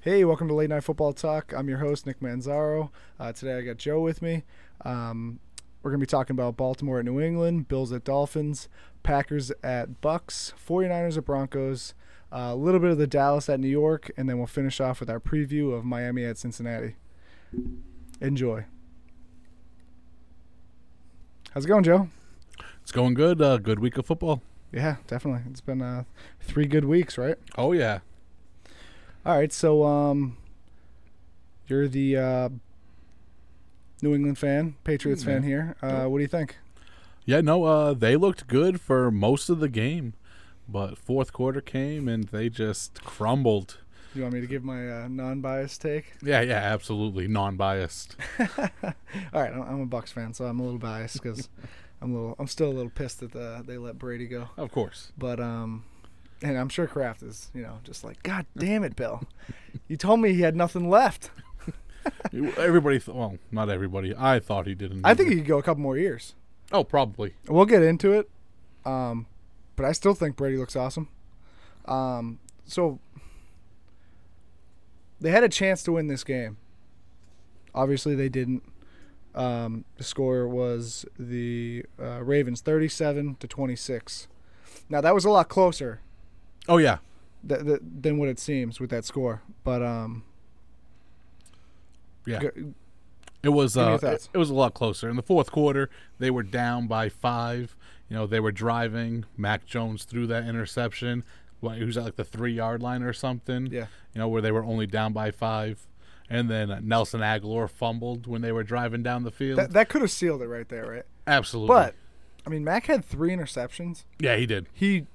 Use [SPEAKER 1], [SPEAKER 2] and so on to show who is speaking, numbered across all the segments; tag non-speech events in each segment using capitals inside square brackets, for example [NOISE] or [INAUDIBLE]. [SPEAKER 1] Hey, welcome to Late Night Football Talk. I'm your host, Nick Manzaro. Uh, today I got Joe with me. Um, we're going to be talking about Baltimore at New England, Bills at Dolphins, Packers at Bucks, 49ers at Broncos, a little bit of the Dallas at New York, and then we'll finish off with our preview of Miami at Cincinnati. Enjoy. How's it going, Joe?
[SPEAKER 2] It's going good. Uh, good week of football.
[SPEAKER 1] Yeah, definitely. It's been uh, three good weeks, right?
[SPEAKER 2] Oh yeah.
[SPEAKER 1] All right, so um, you're the uh, New England fan, Patriots fan here. Uh, what do you think?
[SPEAKER 2] Yeah, no, uh, they looked good for most of the game, but fourth quarter came and they just crumbled.
[SPEAKER 1] You want me to give my uh, non-biased take? [LAUGHS]
[SPEAKER 2] Yeah, yeah, absolutely non-biased.
[SPEAKER 1] All right, I'm I'm a Bucks fan, so I'm a little biased because I'm a little, I'm still a little pissed that the, they let Brady go.
[SPEAKER 2] [LAUGHS] Of course.
[SPEAKER 1] But um, and I'm sure Kraft is, you know, just like, God damn it, Bill, you told me he had nothing left.
[SPEAKER 2] You- everybody, th- well, not everybody. I thought he didn't.
[SPEAKER 1] I think he could go a couple more years.
[SPEAKER 2] Oh, probably.
[SPEAKER 1] We'll get into it, um, but I still think Brady looks awesome. Um, so they had a chance to win this game. Obviously, they didn't. Um, the score was the uh, Ravens thirty-seven to twenty-six. Now that was a lot closer
[SPEAKER 2] Oh yeah.
[SPEAKER 1] th- th- than what it seems with that score, but um,
[SPEAKER 2] Yeah.
[SPEAKER 1] g-
[SPEAKER 2] It was
[SPEAKER 1] Give me your
[SPEAKER 2] uh,
[SPEAKER 1] thoughts.
[SPEAKER 2] it, it was a lot closer. In the fourth quarter, they were down by five. You know, they were driving. Mac Jones threw that interception. What, he was at like the three yard line or something.
[SPEAKER 1] Yeah.
[SPEAKER 2] You know, where they were only down by five, and then uh, Nelson Aguilar fumbled when they were driving down the field.
[SPEAKER 1] that that could have sealed it right there, right?
[SPEAKER 2] Absolutely.
[SPEAKER 1] But I mean, Mac had three interceptions.
[SPEAKER 2] yeah, he did.
[SPEAKER 1] he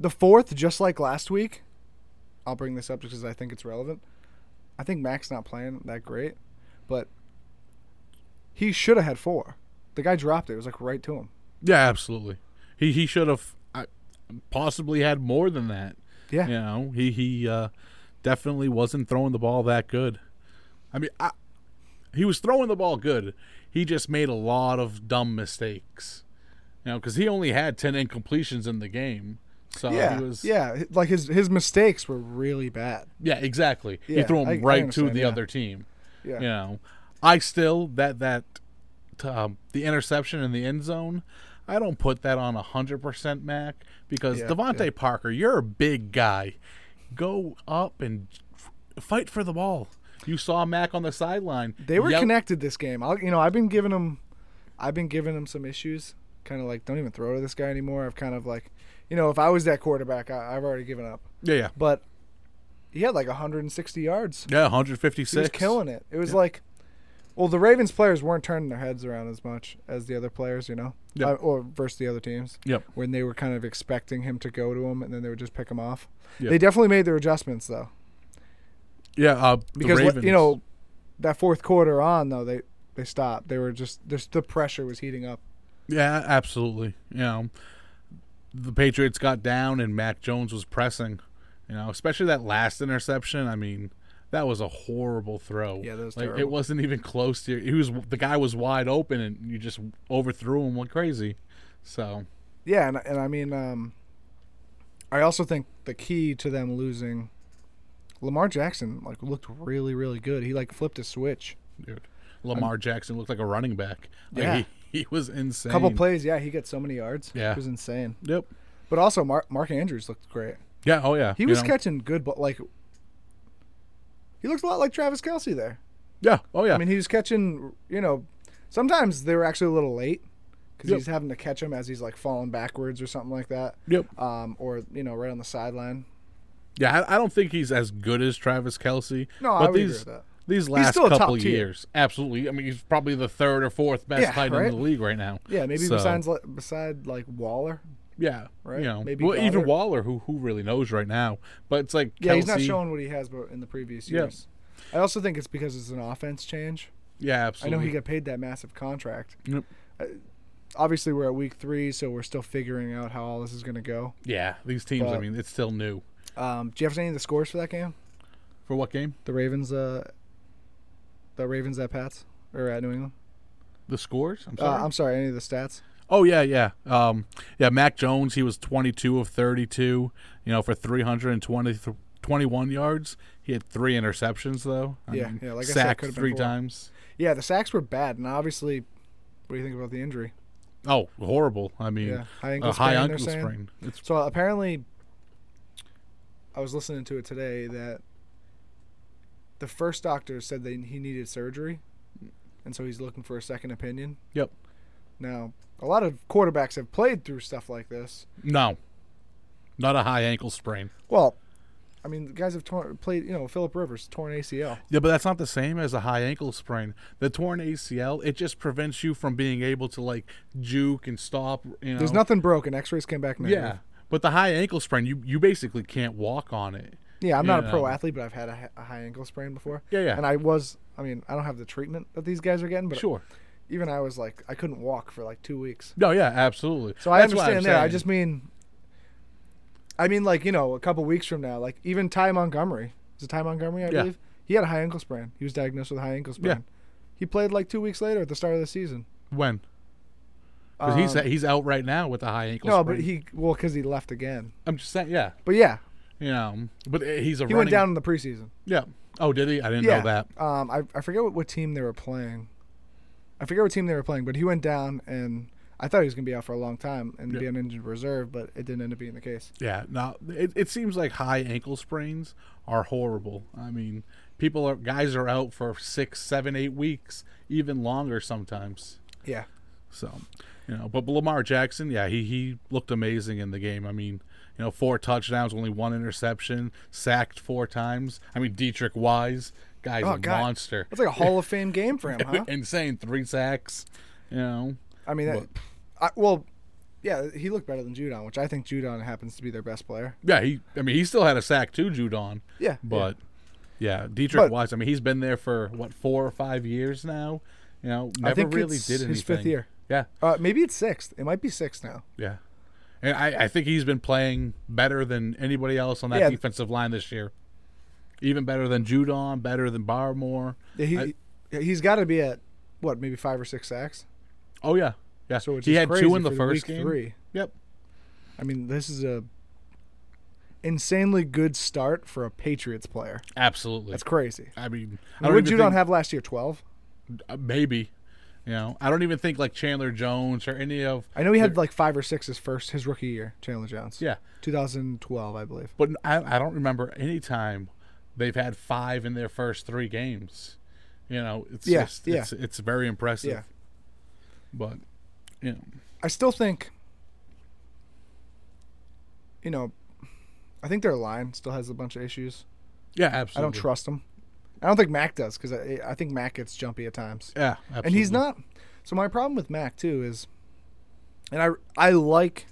[SPEAKER 1] the fourth just like last week i'll bring this up because i think it's relevant i think mac's not playing that great but he should have had four the guy dropped it it was like right to him
[SPEAKER 2] Yeah, absolutely. He he should have I- possibly had more than that.
[SPEAKER 1] yeah
[SPEAKER 2] You know, he he uh, definitely wasn't throwing the ball that good. I mean, I, he was throwing the ball good. He just made a lot of dumb mistakes. You know, because he only had ten incompletions in the game. So
[SPEAKER 1] yeah,
[SPEAKER 2] Uh, he was
[SPEAKER 1] yeah h- like his his mistakes were really bad
[SPEAKER 2] yeah, exactly. he
[SPEAKER 1] Yeah,
[SPEAKER 2] threw
[SPEAKER 1] I- I
[SPEAKER 2] him right to
[SPEAKER 1] understand,
[SPEAKER 2] the
[SPEAKER 1] yeah.
[SPEAKER 2] other team.
[SPEAKER 1] yeah
[SPEAKER 2] You know, I still that that t- um, the interception in the end zone. I don't put that on hundred percent Mac because
[SPEAKER 1] Yeah,
[SPEAKER 2] Devontae
[SPEAKER 1] yeah.
[SPEAKER 2] Parker, you're a big guy. Go up and f- fight for the ball. You saw Mac on the sideline.
[SPEAKER 1] they were
[SPEAKER 2] yell-
[SPEAKER 1] connected this game i'll you know i've been giving him i've been giving him some issues kind of like don't even throw to this guy anymore i've kind of like you know if i was that quarterback I, i've already given up
[SPEAKER 2] Yeah, yeah,
[SPEAKER 1] but he had like 160 yards
[SPEAKER 2] yeah. 156.
[SPEAKER 1] He was killing it. It was like, well, the Ravens players weren't turning their heads around as much as the other players, you know,
[SPEAKER 2] Yep.
[SPEAKER 1] Uh, or versus the other teams
[SPEAKER 2] Yep.
[SPEAKER 1] when they were kind of expecting him to go to him, and then they would just pick him off.
[SPEAKER 2] Yep.
[SPEAKER 1] They definitely made their adjustments though,
[SPEAKER 2] Yeah. Uh, the
[SPEAKER 1] because what-
[SPEAKER 2] Ravens.
[SPEAKER 1] you know that fourth quarter on though they they stopped. They were just there's the pressure was heating up.
[SPEAKER 2] Yeah, absolutely. You know, the Patriots got down and Mac Jones was pressing. You know, especially that last interception. I mean, that was a horrible throw.
[SPEAKER 1] Yeah, that was
[SPEAKER 2] like it
[SPEAKER 1] terrible.
[SPEAKER 2] wasn't even close to. He was the guy was wide open and you just overthrew him like crazy. So
[SPEAKER 1] Yeah, and and I mean, um, I also think the key to them losing. Lamar Jackson like looked really really good. He like flipped a switch.
[SPEAKER 2] dude, Lamar Jackson looked like a running back. Like,
[SPEAKER 1] Yeah.
[SPEAKER 2] he, [LAUGHS] he was insane.
[SPEAKER 1] couple plays, yeah, he got so many yards.
[SPEAKER 2] Yeah.
[SPEAKER 1] it was insane.
[SPEAKER 2] Yep.
[SPEAKER 1] But also, Mark, Mark Andrews looked great.
[SPEAKER 2] Yeah. Oh yeah.
[SPEAKER 1] He
[SPEAKER 2] you
[SPEAKER 1] was
[SPEAKER 2] know.
[SPEAKER 1] catching good, but like, he looked a lot like Travis Kelsey there.
[SPEAKER 2] Yeah. Oh yeah.
[SPEAKER 1] I mean, he was catching. You know, sometimes they were actually a little late because
[SPEAKER 2] Yep.
[SPEAKER 1] he's having to catch him as he's like falling backwards or something like that,
[SPEAKER 2] yep.
[SPEAKER 1] um, or you know, right on the sideline.
[SPEAKER 2] Yeah. I, I don't think he's as good as Travis Kelsey.
[SPEAKER 1] No, I
[SPEAKER 2] but
[SPEAKER 1] would agree
[SPEAKER 2] these,
[SPEAKER 1] with that.
[SPEAKER 2] These last
[SPEAKER 1] still a top
[SPEAKER 2] couple
[SPEAKER 1] tier.
[SPEAKER 2] years, absolutely. I mean, he's probably the third or fourth best
[SPEAKER 1] Yeah,
[SPEAKER 2] tight end
[SPEAKER 1] right?
[SPEAKER 2] in the league right now.
[SPEAKER 1] Yeah, maybe
[SPEAKER 2] So,
[SPEAKER 1] besides like, beside like Waller.
[SPEAKER 2] yeah,
[SPEAKER 1] right?
[SPEAKER 2] You know,
[SPEAKER 1] Maybe
[SPEAKER 2] well, even
[SPEAKER 1] Goddard.
[SPEAKER 2] Waller, who who really knows right now, but it's like
[SPEAKER 1] Yeah, he's not
[SPEAKER 2] Kelsey-
[SPEAKER 1] showing what he has, but in the previous
[SPEAKER 2] Yeah.
[SPEAKER 1] years. I also think it's because it's an offense change.
[SPEAKER 2] Yeah,
[SPEAKER 1] I know
[SPEAKER 2] absolutely.
[SPEAKER 1] he got paid that massive contract.
[SPEAKER 2] Yep.
[SPEAKER 1] Uh, obviously, we're at week three, so we're still figuring out how all this is going to go.
[SPEAKER 2] yeah, these teams. I
[SPEAKER 1] But-
[SPEAKER 2] mean, it's still new.
[SPEAKER 1] Um, do you have any of the scores for that game?
[SPEAKER 2] For what game?
[SPEAKER 1] The Ravens, uh, the Ravens at Pats or at New England?
[SPEAKER 2] The scores? I'm
[SPEAKER 1] Uh,
[SPEAKER 2] sorry.
[SPEAKER 1] I'm sorry, any of the stats?
[SPEAKER 2] Oh yeah, yeah, um, yeah. Mac Jones, he was 22 of 32, you know, for 320, 21 yards. He had three interceptions though.
[SPEAKER 1] Yeah, yeah, like I said,
[SPEAKER 2] sacked
[SPEAKER 1] could've been
[SPEAKER 2] three
[SPEAKER 1] four.
[SPEAKER 2] times.
[SPEAKER 1] Yeah, the sacks were bad, and obviously, what do you think about the injury?
[SPEAKER 2] Oh, horrible! I mean,
[SPEAKER 1] Yeah, high ankle
[SPEAKER 2] a high
[SPEAKER 1] sprain, they're
[SPEAKER 2] ankle
[SPEAKER 1] saying.
[SPEAKER 2] sprain. It's
[SPEAKER 1] So apparently, I was listening to it today that the first doctor said that he needed surgery, and so he's looking for a second opinion.
[SPEAKER 2] Yep.
[SPEAKER 1] Now, a lot of quarterbacks have played through stuff like this.
[SPEAKER 2] no, not a high ankle sprain.
[SPEAKER 1] Well, I mean, the guys have torn, played. You know, Philip Rivers torn ACL.
[SPEAKER 2] Yeah, but that's not the same as a high ankle sprain. The torn ACL it just prevents you from being able to like juke and stop. You know,
[SPEAKER 1] There's nothing broken. X-rays came back negative.
[SPEAKER 2] Yeah, but the high ankle sprain you you basically can't walk on it.
[SPEAKER 1] Yeah, I'm not a
[SPEAKER 2] Yeah.
[SPEAKER 1] pro athlete, but I've had a, hi- a high ankle sprain before.
[SPEAKER 2] Yeah, yeah.
[SPEAKER 1] And I was, I mean, I don't have the treatment that these guys are getting, but
[SPEAKER 2] Sure.
[SPEAKER 1] even I was like, I couldn't walk for like two weeks.
[SPEAKER 2] No, yeah, absolutely.
[SPEAKER 1] So I
[SPEAKER 2] That's what I'm
[SPEAKER 1] understand that. I
[SPEAKER 2] saying.
[SPEAKER 1] just mean, I mean, like, you know, a couple weeks from now, like even Ty Montgomery, is it Ty Montgomery, I
[SPEAKER 2] Yeah.
[SPEAKER 1] believe? He had a high ankle sprain. He was diagnosed with a high ankle sprain.
[SPEAKER 2] Yeah.
[SPEAKER 1] He played like two weeks later at the start of the season.
[SPEAKER 2] when because he's
[SPEAKER 1] Um,
[SPEAKER 2] he's out right now with a high ankle.
[SPEAKER 1] no,
[SPEAKER 2] sprain.
[SPEAKER 1] but he, well, because he left again.
[SPEAKER 2] I'm just saying, yeah,
[SPEAKER 1] But yeah,
[SPEAKER 2] you know, but uh, he's a
[SPEAKER 1] he
[SPEAKER 2] running,
[SPEAKER 1] went down in the preseason.
[SPEAKER 2] Yeah. Oh, did he? I didn't
[SPEAKER 1] yeah.
[SPEAKER 2] know that.
[SPEAKER 1] Um, I, I forget what, what team they were playing. I forget what team they were playing, but he went down, and I thought he was going to be out for a long time and
[SPEAKER 2] Yeah.
[SPEAKER 1] be on injured reserve, but it didn't end up being the case.
[SPEAKER 2] Yeah. No, it, it seems like high ankle sprains are horrible. I mean, people are guys are out for six, seven, eight weeks, even longer sometimes.
[SPEAKER 1] Yeah.
[SPEAKER 2] So, you know, but Lamar Jackson, yeah, he he looked amazing in the game. I mean, you know, four touchdowns, only one interception, sacked four times. I mean, Dietrich Wise, guy's
[SPEAKER 1] Oh,
[SPEAKER 2] a
[SPEAKER 1] God.
[SPEAKER 2] monster.
[SPEAKER 1] That's like a Hall of Fame game for him,
[SPEAKER 2] [LAUGHS]
[SPEAKER 1] huh?
[SPEAKER 2] Insane, three sacks. You know,
[SPEAKER 1] I mean, that,
[SPEAKER 2] What?
[SPEAKER 1] I, well, yeah, he looked better than Judon, which I think Judon happens to be their best player.
[SPEAKER 2] yeah, he. I mean, he still had a sack too, Judon.
[SPEAKER 1] Yeah.
[SPEAKER 2] But yeah, Dietrich
[SPEAKER 1] But-
[SPEAKER 2] Wise. I mean, he's been there for what four or five years now. You know,
[SPEAKER 1] yeah.
[SPEAKER 2] never really
[SPEAKER 1] it's
[SPEAKER 2] did anything.
[SPEAKER 1] his fifth year.
[SPEAKER 2] Yeah,
[SPEAKER 1] Uh, maybe it's sixth. It might be sixth now.
[SPEAKER 2] yeah. And I, I think he's been playing better than anybody else on that
[SPEAKER 1] Yeah.
[SPEAKER 2] defensive line this year. Even better than Judon, better than Barmore.
[SPEAKER 1] Yeah, he,
[SPEAKER 2] I-
[SPEAKER 1] he's got to be at, what, maybe five or six sacks?
[SPEAKER 2] Oh yeah, yeah.
[SPEAKER 1] So which
[SPEAKER 2] he
[SPEAKER 1] is
[SPEAKER 2] had
[SPEAKER 1] crazy
[SPEAKER 2] two in the
[SPEAKER 1] for
[SPEAKER 2] first
[SPEAKER 1] week
[SPEAKER 2] game.
[SPEAKER 1] three.
[SPEAKER 2] Yep.
[SPEAKER 1] I mean, this is a insanely good start for a Patriots player.
[SPEAKER 2] Absolutely.
[SPEAKER 1] That's crazy.
[SPEAKER 2] I mean, I
[SPEAKER 1] What
[SPEAKER 2] don't
[SPEAKER 1] did
[SPEAKER 2] even
[SPEAKER 1] Judon
[SPEAKER 2] think,
[SPEAKER 1] have last year? Twelve.
[SPEAKER 2] uh, maybe. You know, I don't even think like Chandler Jones or any of
[SPEAKER 1] I know he had like five or six his first his rookie year. Chandler Jones.
[SPEAKER 2] yeah.
[SPEAKER 1] 2012, I believe.
[SPEAKER 2] But I, I don't remember any time they've had five in their first three games. You know, it's
[SPEAKER 1] Yeah,
[SPEAKER 2] just
[SPEAKER 1] yeah.
[SPEAKER 2] it's it's very impressive.
[SPEAKER 1] Yeah.
[SPEAKER 2] But you know,
[SPEAKER 1] I still think. You know, I think their line still has a bunch of issues.
[SPEAKER 2] yeah,
[SPEAKER 1] I
[SPEAKER 2] absolutely.
[SPEAKER 1] don't trust them. I don't think Mac does because I, I think Mac gets jumpy at times.
[SPEAKER 2] Yeah, absolutely.
[SPEAKER 1] and he's not. So my problem with Mac too is, and I I like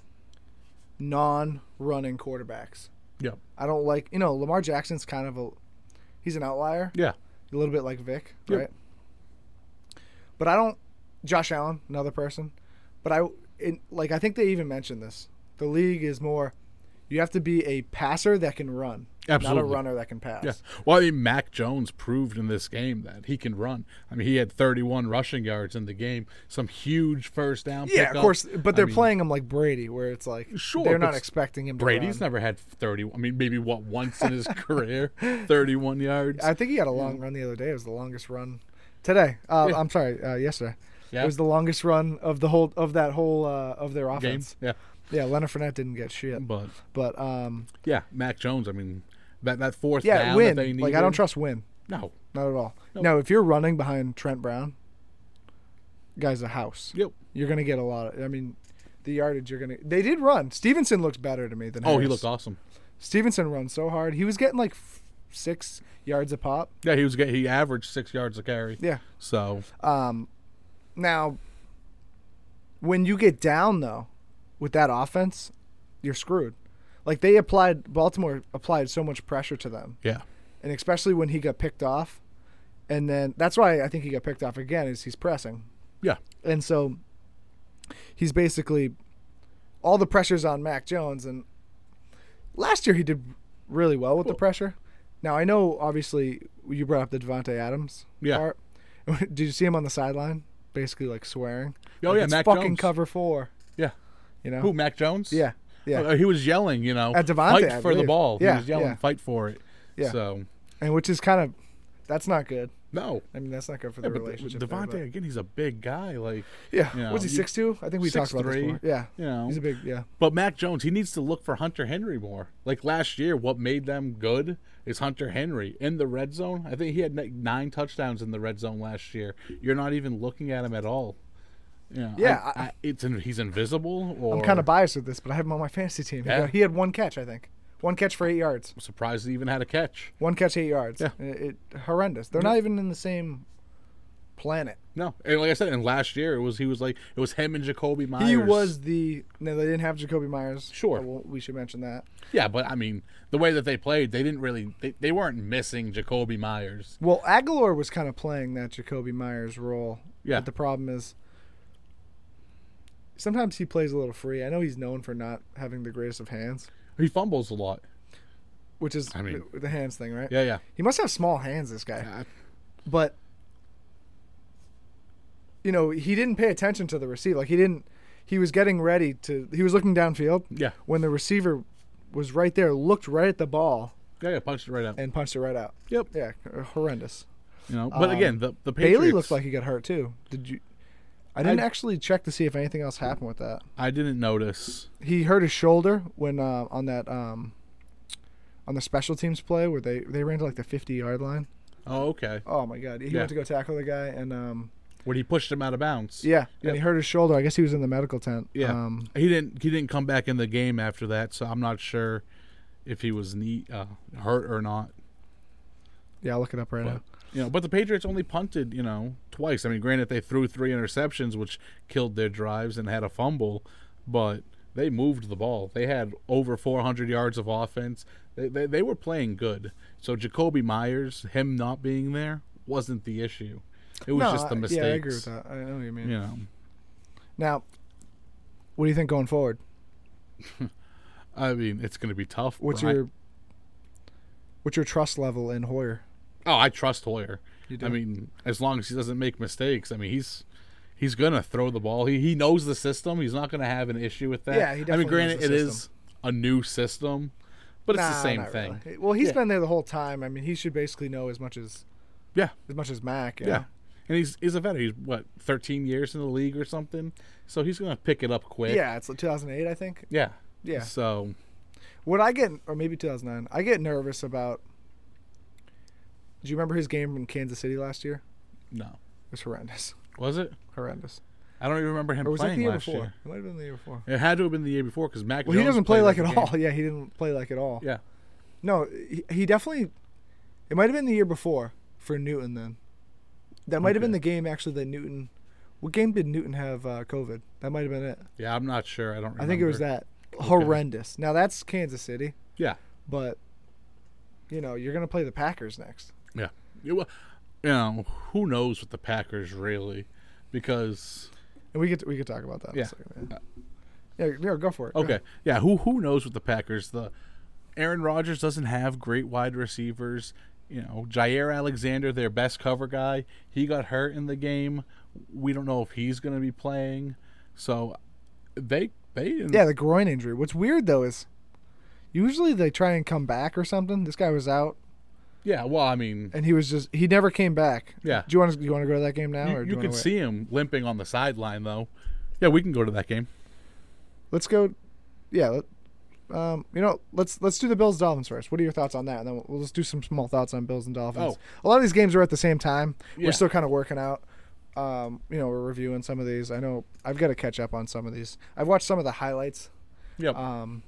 [SPEAKER 1] non-running quarterbacks.
[SPEAKER 2] Yep.
[SPEAKER 1] I don't like you know Lamar Jackson's kind of a, he's an outlier.
[SPEAKER 2] Yeah.
[SPEAKER 1] A little bit like Vic,
[SPEAKER 2] Yep.
[SPEAKER 1] right? But I don't. Josh Allen, another person, but I in, like I think they even mentioned this. The league is more. You have to be a passer that can run, not
[SPEAKER 2] Absolutely.
[SPEAKER 1] a runner that can pass.
[SPEAKER 2] Yeah. Well, I mean, Mac Jones proved in this game that he can run. I mean, he had 31 rushing yards in the game, some huge first down.
[SPEAKER 1] Yeah, of
[SPEAKER 2] pickup.
[SPEAKER 1] course, but
[SPEAKER 2] I
[SPEAKER 1] they're
[SPEAKER 2] mean,
[SPEAKER 1] playing him like Brady, where it's like
[SPEAKER 2] Sure,
[SPEAKER 1] they're
[SPEAKER 2] but
[SPEAKER 1] not
[SPEAKER 2] s-
[SPEAKER 1] expecting him. To
[SPEAKER 2] Brady's
[SPEAKER 1] run.
[SPEAKER 2] never had 30. I mean, maybe what
[SPEAKER 1] [LAUGHS]
[SPEAKER 2] once in his career, 31 yards.
[SPEAKER 1] I think he had a long run the other day. It was the longest run today. Uh, I'm sorry, uh, yesterday.
[SPEAKER 2] Yeah.
[SPEAKER 1] It was the longest run of the whole of that whole uh, of their
[SPEAKER 2] game.
[SPEAKER 1] offense.
[SPEAKER 2] Yeah.
[SPEAKER 1] Yeah, Leonard Fournette didn't get shit,
[SPEAKER 2] But
[SPEAKER 1] but um,
[SPEAKER 2] yeah, Mac Jones. I mean, that that fourth
[SPEAKER 1] yeah,
[SPEAKER 2] down
[SPEAKER 1] win.
[SPEAKER 2] that they needed.
[SPEAKER 1] Like I don't trust win,
[SPEAKER 2] No.
[SPEAKER 1] not at all.
[SPEAKER 2] No.
[SPEAKER 1] Now, if you're running behind Trent Brown, guy's a house.
[SPEAKER 2] Yep.
[SPEAKER 1] You're gonna get a lot. Of, I mean, the yardage you're gonna. They did run. Stevenson looks better to me than.
[SPEAKER 2] Oh, he
[SPEAKER 1] Harris.
[SPEAKER 2] looked awesome.
[SPEAKER 1] Stevenson runs so hard. He was getting like f- six yards a pop.
[SPEAKER 2] Yeah, he was. Get, he averaged six yards a carry.
[SPEAKER 1] Yeah.
[SPEAKER 2] So
[SPEAKER 1] Um, now, when you get down though, with that offense, you're screwed. Like they applied, Baltimore applied so much pressure to them,
[SPEAKER 2] yeah,
[SPEAKER 1] and especially when he got picked off, and then that's why I think he got picked off again is he's pressing,
[SPEAKER 2] yeah,
[SPEAKER 1] and so he's basically all the pressure's on Mac Jones, and last year he did really well with the pressure. Now I know obviously you brought up the Devonte Adams
[SPEAKER 2] Yeah.
[SPEAKER 1] part. [LAUGHS] Did you see him on the sideline, basically like swearing?
[SPEAKER 2] Oh,
[SPEAKER 1] Like,
[SPEAKER 2] yeah,
[SPEAKER 1] it's
[SPEAKER 2] Mac
[SPEAKER 1] fucking
[SPEAKER 2] Jones.
[SPEAKER 1] cover four.
[SPEAKER 2] yeah.
[SPEAKER 1] You know
[SPEAKER 2] Who? Mac Jones?
[SPEAKER 1] Yeah, Yeah.
[SPEAKER 2] Uh, He was yelling, you know,
[SPEAKER 1] At Devontae, I
[SPEAKER 2] fight for the
[SPEAKER 1] believe.
[SPEAKER 2] ball.
[SPEAKER 1] Yeah,
[SPEAKER 2] he was yelling,
[SPEAKER 1] yeah.
[SPEAKER 2] fight for it.
[SPEAKER 1] Yeah.
[SPEAKER 2] So
[SPEAKER 1] and which is kind of that's not good.
[SPEAKER 2] no,
[SPEAKER 1] I mean, that's not good for
[SPEAKER 2] yeah,
[SPEAKER 1] the
[SPEAKER 2] but
[SPEAKER 1] relationship. there,
[SPEAKER 2] Devontae
[SPEAKER 1] but-
[SPEAKER 2] again, he's a big guy. Like
[SPEAKER 1] yeah,
[SPEAKER 2] you know,
[SPEAKER 1] was he
[SPEAKER 2] you-
[SPEAKER 1] six two? I think we talked about this
[SPEAKER 2] 6'3"?
[SPEAKER 1] before. Yeah,
[SPEAKER 2] you know,
[SPEAKER 1] he's a big yeah.
[SPEAKER 2] But Mac Jones, he needs to look for Hunter Henry more. Like last year, what made them good is Hunter Henry in the red zone. I think he had like nine touchdowns in the red zone last year. You're not even looking at him at all. You know,
[SPEAKER 1] Yeah,
[SPEAKER 2] I- I- it's in, he's invisible. Or
[SPEAKER 1] I'm kind of biased with this, but I have him on my fantasy team. He
[SPEAKER 2] Yeah.
[SPEAKER 1] got- He had one catch, I think. One catch for eight yards.
[SPEAKER 2] surprised he even had a catch.
[SPEAKER 1] One catch, eight yards.
[SPEAKER 2] Yeah.
[SPEAKER 1] It, it- horrendous. They're not even in the same planet.
[SPEAKER 2] No, and like I said, and last year it was he was like it was him and Jacoby Myers.
[SPEAKER 1] He was the no. They didn't have Jacoby Myers.
[SPEAKER 2] Sure.
[SPEAKER 1] I won't- we should mention that.
[SPEAKER 2] yeah, but I mean the way that they played, they didn't really they, they weren't missing Jacoby Myers.
[SPEAKER 1] Well, Aguilar was kind of playing that Jacoby Myers role.
[SPEAKER 2] Yeah.
[SPEAKER 1] But the problem is sometimes he plays a little free. I know he's known for not having the greatest of hands,
[SPEAKER 2] He fumbles a lot.
[SPEAKER 1] which is
[SPEAKER 2] I mean-
[SPEAKER 1] the, the hands thing, right?
[SPEAKER 2] Yeah, yeah.
[SPEAKER 1] He must have small hands, this guy.
[SPEAKER 2] I-
[SPEAKER 1] But you know, he didn't pay attention to the receiver. Like he didn't he was getting ready to he was looking downfield
[SPEAKER 2] Yeah,
[SPEAKER 1] when the receiver was right there, looked right at the ball
[SPEAKER 2] yeah, yeah. Punched it right out.
[SPEAKER 1] and punched it right out.
[SPEAKER 2] Yep.
[SPEAKER 1] Yeah, horrendous.
[SPEAKER 2] You know, but
[SPEAKER 1] Um,
[SPEAKER 2] again, the the Patriots,
[SPEAKER 1] Bailey looked like he got hurt too. Did you? I didn't
[SPEAKER 2] I-
[SPEAKER 1] actually check to see if anything else happened with that.
[SPEAKER 2] I didn't notice.
[SPEAKER 1] He hurt his shoulder when uh, on that um, on the special teams play where they they ran to like the fifty yard line.
[SPEAKER 2] Oh, okay.
[SPEAKER 1] Oh my god, he
[SPEAKER 2] Yeah.
[SPEAKER 1] went to go tackle the guy and um,
[SPEAKER 2] When he pushed him out of bounds.
[SPEAKER 1] yeah,
[SPEAKER 2] Yep.
[SPEAKER 1] and he hurt his shoulder. I guess he was in the medical tent.
[SPEAKER 2] Yeah.
[SPEAKER 1] Um,
[SPEAKER 2] He didn't. He didn't come back in the game after that, so I'm not sure if he was knee, uh, hurt or not.
[SPEAKER 1] yeah, I'll look it up right
[SPEAKER 2] But-
[SPEAKER 1] now.
[SPEAKER 2] You know, but the Patriots only punted, you know, twice. I mean, granted, they threw three interceptions, which killed their drives and had a fumble, but they moved the ball. They had over 400 yards of offense. They, they, they were playing good. So Jacoby Myers, him not being there, wasn't the issue. It was
[SPEAKER 1] No,
[SPEAKER 2] just the
[SPEAKER 1] I-
[SPEAKER 2] mistakes.
[SPEAKER 1] Yeah, I agree with that. I know what you mean.
[SPEAKER 2] You know.
[SPEAKER 1] Now, what do you think going forward?
[SPEAKER 2] I mean, it's going to be tough.
[SPEAKER 1] What's
[SPEAKER 2] Brian-
[SPEAKER 1] your what's your trust level in Hoyer?
[SPEAKER 2] Oh, I trust Hoyer.
[SPEAKER 1] You
[SPEAKER 2] I mean, as long as he doesn't make mistakes, I mean, he's he's gonna throw the ball. He he knows the system. He's not gonna have an issue with that.
[SPEAKER 1] Yeah, he
[SPEAKER 2] I mean,
[SPEAKER 1] definitely
[SPEAKER 2] granted,
[SPEAKER 1] knows
[SPEAKER 2] it
[SPEAKER 1] the
[SPEAKER 2] is a new system, but it's the
[SPEAKER 1] Nah,
[SPEAKER 2] same
[SPEAKER 1] not
[SPEAKER 2] thing.
[SPEAKER 1] really. Well, he's
[SPEAKER 2] Yeah.
[SPEAKER 1] been there the whole time. I mean, he should basically know as much as
[SPEAKER 2] Yeah,
[SPEAKER 1] as much as Mac. you
[SPEAKER 2] yeah.
[SPEAKER 1] know?
[SPEAKER 2] And he's he's a veteran. He's what 13 years in the league or something. So he's gonna pick it up quick.
[SPEAKER 1] yeah. It's like 2008, I think.
[SPEAKER 2] Yeah.
[SPEAKER 1] Yeah.
[SPEAKER 2] So
[SPEAKER 1] What I get, or maybe 2009, I get nervous about. Do you remember his game in Kansas City last year?
[SPEAKER 2] no,
[SPEAKER 1] It was horrendous,
[SPEAKER 2] was it?
[SPEAKER 1] horrendous.
[SPEAKER 2] I don't even remember him
[SPEAKER 1] Or was that
[SPEAKER 2] playing
[SPEAKER 1] the year
[SPEAKER 2] last
[SPEAKER 1] before?
[SPEAKER 2] year.
[SPEAKER 1] It might have been the year before.
[SPEAKER 2] It had to have been the year before because Mac.
[SPEAKER 1] Well, he
[SPEAKER 2] Jones
[SPEAKER 1] doesn't play
[SPEAKER 2] played
[SPEAKER 1] like at
[SPEAKER 2] every game.
[SPEAKER 1] all. [LAUGHS] Yeah, he didn't play like at all.
[SPEAKER 2] Yeah.
[SPEAKER 1] No, he, he definitely. It might have been the year before for Newton. Then, that might have been
[SPEAKER 2] Okay.
[SPEAKER 1] the game actually that Newton. What game did Newton have uh, COVID? That might have been it.
[SPEAKER 2] Yeah, I'm not sure. I don't. remember.
[SPEAKER 1] I think it was that horrendous. Now that's Kansas City,
[SPEAKER 2] Yeah.
[SPEAKER 1] but you know you're gonna play the Packers next.
[SPEAKER 2] Yeah. Yeah, well, you know, who knows with the Packers really? Because
[SPEAKER 1] And we could we could talk about that. In
[SPEAKER 2] Yeah.
[SPEAKER 1] a second, yeah. Yeah, yeah, go for it. go
[SPEAKER 2] okay, yeah, who who knows with the Packers? The Aaron Rodgers doesn't have great wide receivers. You know, Jair Alexander, their best cover guy, he got hurt in the game. We don't know if he's going to be playing. So they they
[SPEAKER 1] Yeah, the groin injury. What's weird though is usually they try and come back or something. This guy was out
[SPEAKER 2] yeah. Well, I mean,
[SPEAKER 1] and he was just he never came back.
[SPEAKER 2] Yeah.
[SPEAKER 1] Do you want to do you want to go to that game now
[SPEAKER 2] you,
[SPEAKER 1] or do
[SPEAKER 2] you
[SPEAKER 1] wanna
[SPEAKER 2] could
[SPEAKER 1] wait?
[SPEAKER 2] see him limping on the sideline though. Yeah, we can go to that game.
[SPEAKER 1] Let's go. Yeah. Let, um, you know, let's let's do the Bills Dolphins first. What are your thoughts on that? And then we'll, we'll just do some small thoughts on Bills and Dolphins. A lot of these games are at the same time.
[SPEAKER 2] Oh. Yeah.
[SPEAKER 1] We're still kind of working out. Um, you know, we're reviewing some of these. I know I've got to catch up on some of these. I've watched some of the highlights,
[SPEAKER 2] Yep.
[SPEAKER 1] um,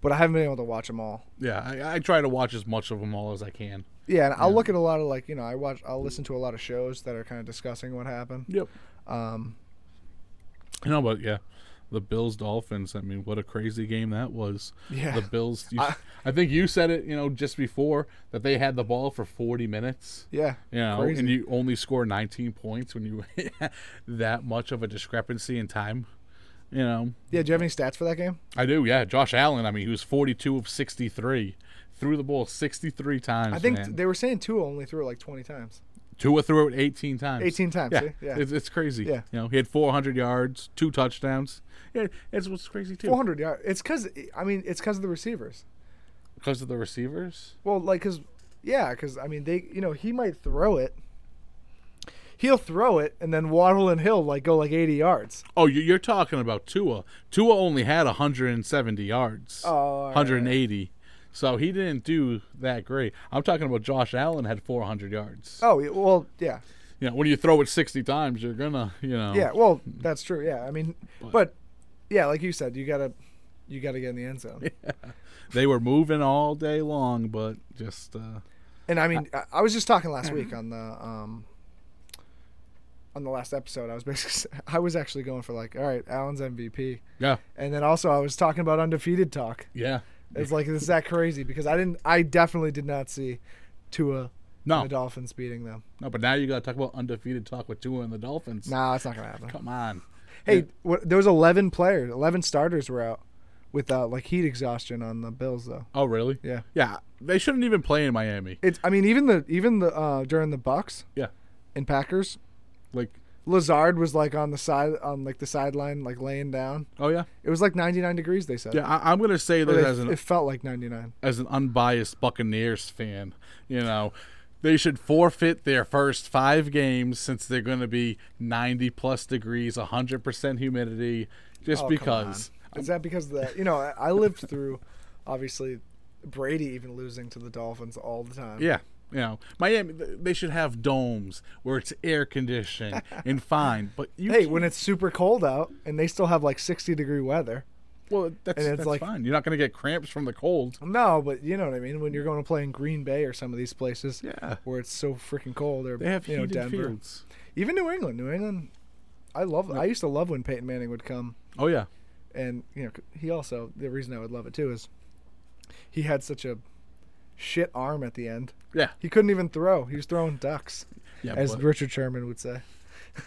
[SPEAKER 1] but I haven't been able to watch them all.
[SPEAKER 2] yeah, I, I try to watch as much of them all as I can.
[SPEAKER 1] Yeah, and I'll look at a lot of like you know I watch I'll listen to a lot of shows that are kind of discussing what happened.
[SPEAKER 2] Yep.
[SPEAKER 1] Um,
[SPEAKER 2] No, but yeah, the Bills Dolphins. I mean, what a crazy game that was.
[SPEAKER 1] Yeah.
[SPEAKER 2] The Bills. You,
[SPEAKER 1] I-
[SPEAKER 2] I, think you said it. You know, just before that they had the ball for 40 minutes.
[SPEAKER 1] yeah,
[SPEAKER 2] You know,
[SPEAKER 1] Crazy.
[SPEAKER 2] and you only score 19 points when you [LAUGHS] that much of a discrepancy in time. You know,
[SPEAKER 1] yeah. Do you have any stats for that game?
[SPEAKER 2] I do. Yeah, Josh Allen. I mean, he was 42 of 63, threw the ball 63 times.
[SPEAKER 1] I think
[SPEAKER 2] man.
[SPEAKER 1] they were saying two only threw it like twenty times.
[SPEAKER 2] Tua threw it 18 times.
[SPEAKER 1] 18 times,
[SPEAKER 2] Yeah,
[SPEAKER 1] eh? Yeah.
[SPEAKER 2] It's, it's crazy.
[SPEAKER 1] Yeah.
[SPEAKER 2] You know, he had 400 yards, two touchdowns. Yeah, it's what's crazy too.
[SPEAKER 1] 400 yards. It's because I mean it's because of the receivers.
[SPEAKER 2] Because of the receivers.
[SPEAKER 1] Well, like because yeah, because I mean they you know he might throw it. He'll throw it and then Waddle and Hill like go like 80 yards.
[SPEAKER 2] Oh, you- you're talking about Tua. Tua only had 170 yards.
[SPEAKER 1] Oh, all right.
[SPEAKER 2] 180. So he didn't do that great. I'm talking about Josh Allen had 400 yards.
[SPEAKER 1] Oh yeah, well yeah
[SPEAKER 2] You know, when you throw it 60 times, you're gonna, you know.
[SPEAKER 1] yeah well that's true yeah I mean but, yeah like you said you gotta you gotta get in the end zone
[SPEAKER 2] They were moving all day long, but just uh,
[SPEAKER 1] and I mean I, I was just talking last week on the um on the last episode I was [LAUGHS] basically I was actually going for like all right Allen's MVP
[SPEAKER 2] yeah,
[SPEAKER 1] and then also I was talking about undefeated talk
[SPEAKER 2] yeah.
[SPEAKER 1] It's like it's that crazy because I didn't. I definitely did not see Tua and
[SPEAKER 2] No,
[SPEAKER 1] the Dolphins beating them.
[SPEAKER 2] no. But now you got to talk about undefeated talk with Tua and the Dolphins.
[SPEAKER 1] Nah, it's not gonna happen.
[SPEAKER 2] Come on.
[SPEAKER 1] Hey, what, there was eleven players, eleven starters were out with uh, like heat exhaustion on the Bills though.
[SPEAKER 2] Oh, really?
[SPEAKER 1] Yeah,
[SPEAKER 2] Yeah. They shouldn't even play in Miami.
[SPEAKER 1] it's. I mean, even the even the uh, during the Bucks.
[SPEAKER 2] Yeah.
[SPEAKER 1] And Packers,
[SPEAKER 2] Like,
[SPEAKER 1] Lazard was like on the side on like the sideline, like laying down.
[SPEAKER 2] oh yeah,
[SPEAKER 1] It was like ninety nine degrees. They said.
[SPEAKER 2] yeah. I, I'm gonna say
[SPEAKER 1] Or
[SPEAKER 2] this
[SPEAKER 1] they-
[SPEAKER 2] as an
[SPEAKER 1] it felt like ninety nine.
[SPEAKER 2] as an unbiased Buccaneers fan. You know, they should forfeit their first five games since they're gonna be 90 plus degrees, 100 percent humidity, just
[SPEAKER 1] Oh, come
[SPEAKER 2] because.
[SPEAKER 1] Is that because of that? You know, I, I lived through, obviously, Brady even losing to the Dolphins all the time.
[SPEAKER 2] Yeah. You know, Miami, th- they should have domes where it's air
[SPEAKER 1] [LAUGHS]
[SPEAKER 2] conditioned and fine. But you,
[SPEAKER 1] Hey,
[SPEAKER 2] can't-
[SPEAKER 1] when it's super cold out and they still have like 60 degree weather.
[SPEAKER 2] well, that's,
[SPEAKER 1] and it's
[SPEAKER 2] that's
[SPEAKER 1] like-
[SPEAKER 2] fine. You're not going to get cramps from the cold.
[SPEAKER 1] No, but you know what I mean. When you're going to play in Green Bay or some of these places
[SPEAKER 2] Yeah.
[SPEAKER 1] where it's so freaking cold, or
[SPEAKER 2] They have
[SPEAKER 1] you know
[SPEAKER 2] heated
[SPEAKER 1] Denver,
[SPEAKER 2] fields.
[SPEAKER 1] even New England. New England, I love. I used to love when Peyton Manning would come,
[SPEAKER 2] Oh, yeah.
[SPEAKER 1] and you know he also the reason I would love it too is he had such a shit arm at the end.
[SPEAKER 2] Yeah.
[SPEAKER 1] He couldn't even throw. He was throwing ducks.
[SPEAKER 2] Yeah.
[SPEAKER 1] as
[SPEAKER 2] but,
[SPEAKER 1] Richard Sherman would say.